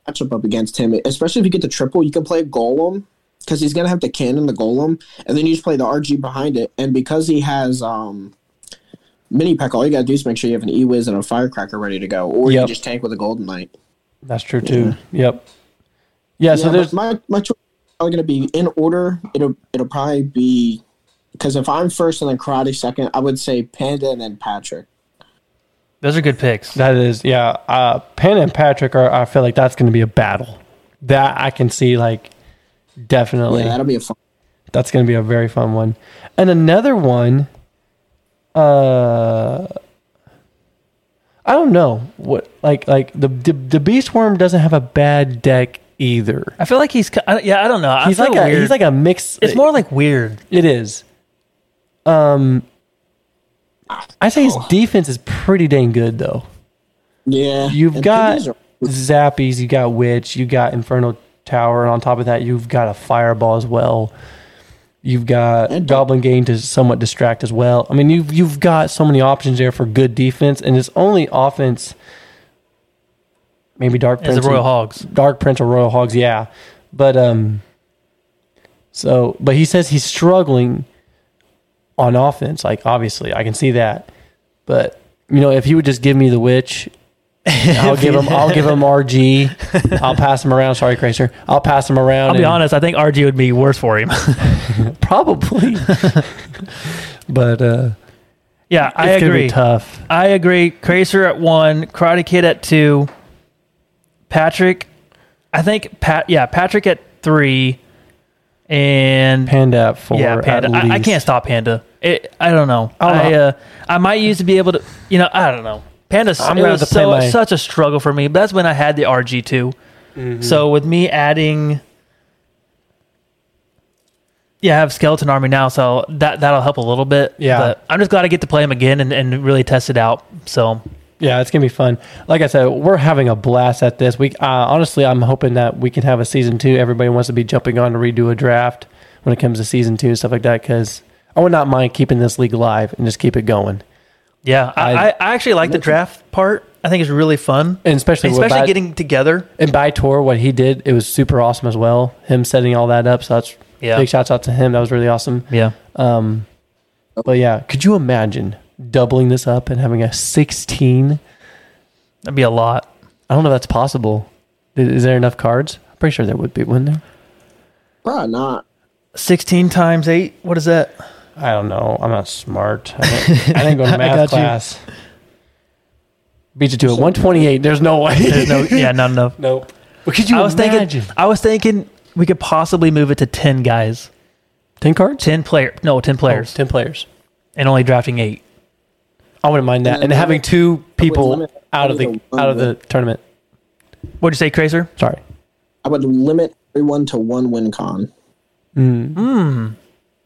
[SPEAKER 3] matchup up against him, especially if you get the triple, you can play Golem because he's gonna have to cannon the Golem, and then you just play the RG behind it. And because he has um, mini pack, all you gotta do is make sure you have an Ewiz and a Firecracker ready to go, or
[SPEAKER 2] Yep.
[SPEAKER 3] you just tank with a Golden Knight.
[SPEAKER 2] That's true too. Yep. Yeah.
[SPEAKER 3] Yeah,
[SPEAKER 2] so
[SPEAKER 3] but
[SPEAKER 2] there's
[SPEAKER 3] my my choice is probably going to be in order. It'll it'll probably be because if I'm first and then Karate second, I would say Panda and then Patrick.
[SPEAKER 1] Those are good picks.
[SPEAKER 2] that is yeah. Uh, Penn and Patrick are. I feel like that's going to be a battle. That I can see like definitely.
[SPEAKER 3] Yeah, that'll be a fun.
[SPEAKER 2] That's going to be a very fun one. And another one, uh, I don't know what like like the the, the beast worm doesn't have a bad deck either.
[SPEAKER 1] I feel like he's. ki- I, yeah, I don't know.
[SPEAKER 2] He's
[SPEAKER 1] I feel
[SPEAKER 2] like a
[SPEAKER 1] weird.
[SPEAKER 2] he's like a mix.
[SPEAKER 1] It's more like weird.
[SPEAKER 2] it is. Um, I say
[SPEAKER 1] Oh.
[SPEAKER 2] his defense is pretty dang good though.
[SPEAKER 3] Yeah,
[SPEAKER 2] You've
[SPEAKER 3] and
[SPEAKER 2] got
[SPEAKER 3] Pandas are-
[SPEAKER 2] Zappies, you got Witch, you got Inferno Tower, and on top of that, you've got a Fireball as well. You've got
[SPEAKER 3] And-
[SPEAKER 2] Goblin Gain to somewhat distract as well. I mean, you've you've got so many options there for good defense, and it's only offense. Maybe Dark
[SPEAKER 1] As
[SPEAKER 2] Prince
[SPEAKER 1] the Royal
[SPEAKER 2] and-
[SPEAKER 1] Hogs.
[SPEAKER 2] Dark Prince or Royal Hogs, yeah. But um so but he says he's struggling
[SPEAKER 1] <laughs>
[SPEAKER 2] on offense. Like obviously, I can see that. But you know, if he would just give me the witch I'll give him. I'll give him RG. I'll pass him around. Sorry, Cracer. I'll pass him around.
[SPEAKER 1] I'll be
[SPEAKER 2] and-
[SPEAKER 1] honest. I think RG would be worse for him. <laughs>
[SPEAKER 2] probably. <laughs> but uh,
[SPEAKER 1] yeah, I
[SPEAKER 2] it's gonna
[SPEAKER 1] agree.
[SPEAKER 2] Be tough.
[SPEAKER 1] I agree. Cracer at one, Karate Kid at two, Patrick. I think Pat. Yeah, Patrick at three, and
[SPEAKER 2] Panda at four.
[SPEAKER 1] yeah, Panda.
[SPEAKER 2] At
[SPEAKER 1] I, I
[SPEAKER 2] least. Oh,
[SPEAKER 1] can't stop Panda. It, I don't know.
[SPEAKER 2] I don't
[SPEAKER 1] I
[SPEAKER 2] know.
[SPEAKER 1] uh, I might use to be able to. You know, I don't know. Panda.
[SPEAKER 2] I'm
[SPEAKER 1] It
[SPEAKER 2] gonna
[SPEAKER 1] was
[SPEAKER 2] have to play
[SPEAKER 1] so,
[SPEAKER 2] my-
[SPEAKER 1] such a struggle for me. But that's when I had the RG 2
[SPEAKER 2] Mm-hmm.
[SPEAKER 1] So with me adding. Yeah, I have skeleton army now, so that that'll help a little bit.
[SPEAKER 2] Yeah.
[SPEAKER 1] but I'm just glad I get to play him again and, and really test it out. So
[SPEAKER 2] Yeah, it's gonna be fun. Like I said, we're having a blast at this. We uh, honestly, I'm hoping that we can have a season two. Everybody wants to be jumping on to redo a draft when it comes to season two and stuff like that. Because I would not mind keeping this league live and just keep it going.
[SPEAKER 1] Yeah, I, I,
[SPEAKER 2] I-
[SPEAKER 1] I actually like the draft part. I think it's really fun,
[SPEAKER 2] And especially with
[SPEAKER 1] especially
[SPEAKER 2] Bat-
[SPEAKER 1] getting together.
[SPEAKER 2] And by tour, what he did, it was super awesome as well. Him setting all that up. So that's
[SPEAKER 1] Yeah.
[SPEAKER 2] big shouts out to him. That was really awesome.
[SPEAKER 1] Yeah,
[SPEAKER 2] But yeah, could you imagine doubling this up and having a 16?
[SPEAKER 1] that'd be a lot.
[SPEAKER 2] I don't know if that's possible. I- Is there enough cards? I'm pretty sure there would be, wouldn't there?
[SPEAKER 3] Probably not.
[SPEAKER 1] Sixteen times eight. What is that?
[SPEAKER 2] I don't know. I'm not smart. I didn't, <laughs> I didn't go to
[SPEAKER 1] got you.
[SPEAKER 2] math class. Beat you to it. 128. There's no way.
[SPEAKER 1] There's <laughs>
[SPEAKER 2] <laughs>
[SPEAKER 1] no. yeah, not enough.
[SPEAKER 2] nope. But could you
[SPEAKER 1] I was
[SPEAKER 2] imagine?
[SPEAKER 1] thinking. I was thinking we could possibly move it to ten guys,
[SPEAKER 2] 10 cards?
[SPEAKER 1] ten player. No, ten players,
[SPEAKER 2] 10 players.
[SPEAKER 1] and only drafting eight.
[SPEAKER 2] I wouldn't mind that.
[SPEAKER 3] And
[SPEAKER 2] And
[SPEAKER 3] then
[SPEAKER 2] having two people
[SPEAKER 3] limit-
[SPEAKER 2] out of the
[SPEAKER 3] limit to
[SPEAKER 2] out of
[SPEAKER 3] one
[SPEAKER 2] the tournament.
[SPEAKER 1] What'd you say, Crazer?
[SPEAKER 2] Sorry.
[SPEAKER 3] I would limit everyone to one win con.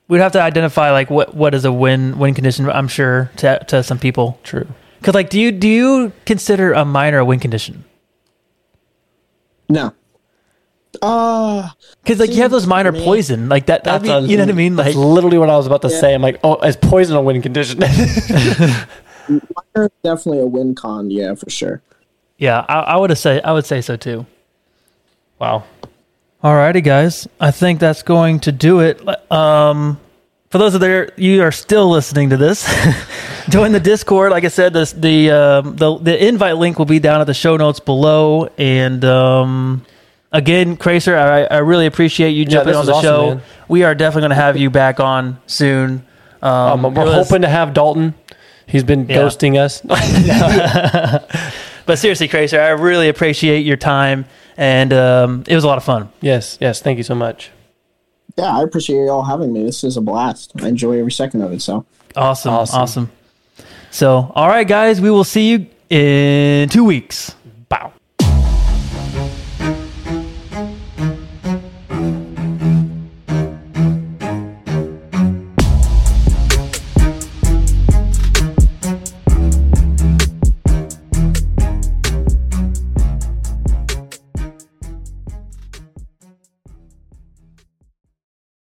[SPEAKER 1] We'd have to identify like what what is a win win condition. I'm sure to to some people.
[SPEAKER 2] True.
[SPEAKER 1] Because like, do you do you consider a minor a win condition?
[SPEAKER 3] No. Uh
[SPEAKER 1] Because like you have those minor poison like that. That'd
[SPEAKER 2] That's
[SPEAKER 1] be, you know what I mean? Like
[SPEAKER 2] That's literally what I was about to say. I'm like, oh, is poison a winning condition? <laughs>
[SPEAKER 3] minor, definitely a win con, yeah, for sure.
[SPEAKER 1] Yeah, I, I would say I would say so too.
[SPEAKER 2] wow.
[SPEAKER 1] Alrighty, guys, I think that's going to do it. Um, for those of there you are still listening to this, <laughs> join the Discord. Like I said, this, the um, the the invite link will be down at the show notes below. And um, again, Cracer, I, I really appreciate you jumping
[SPEAKER 2] this
[SPEAKER 1] on
[SPEAKER 2] is
[SPEAKER 1] the
[SPEAKER 2] awesome,
[SPEAKER 1] show.
[SPEAKER 2] man.
[SPEAKER 1] We are definitely going to have you back on soon. Um,
[SPEAKER 2] Um, we're
[SPEAKER 1] it was-
[SPEAKER 2] hoping to have Dalton. He's been
[SPEAKER 1] Yeah.
[SPEAKER 2] ghosting us. <laughs>
[SPEAKER 1] but seriously, Cracer, I really appreciate your time, and um, it was a lot of fun.
[SPEAKER 2] yes, yes. Thank you so much.
[SPEAKER 3] Yeah, I appreciate y'all having me. This is a blast. I enjoy every second of it, so
[SPEAKER 1] Awesome, awesome.
[SPEAKER 2] Awesome.
[SPEAKER 1] So, all right, guys, we will see you in two weeks.
[SPEAKER 2] Bow.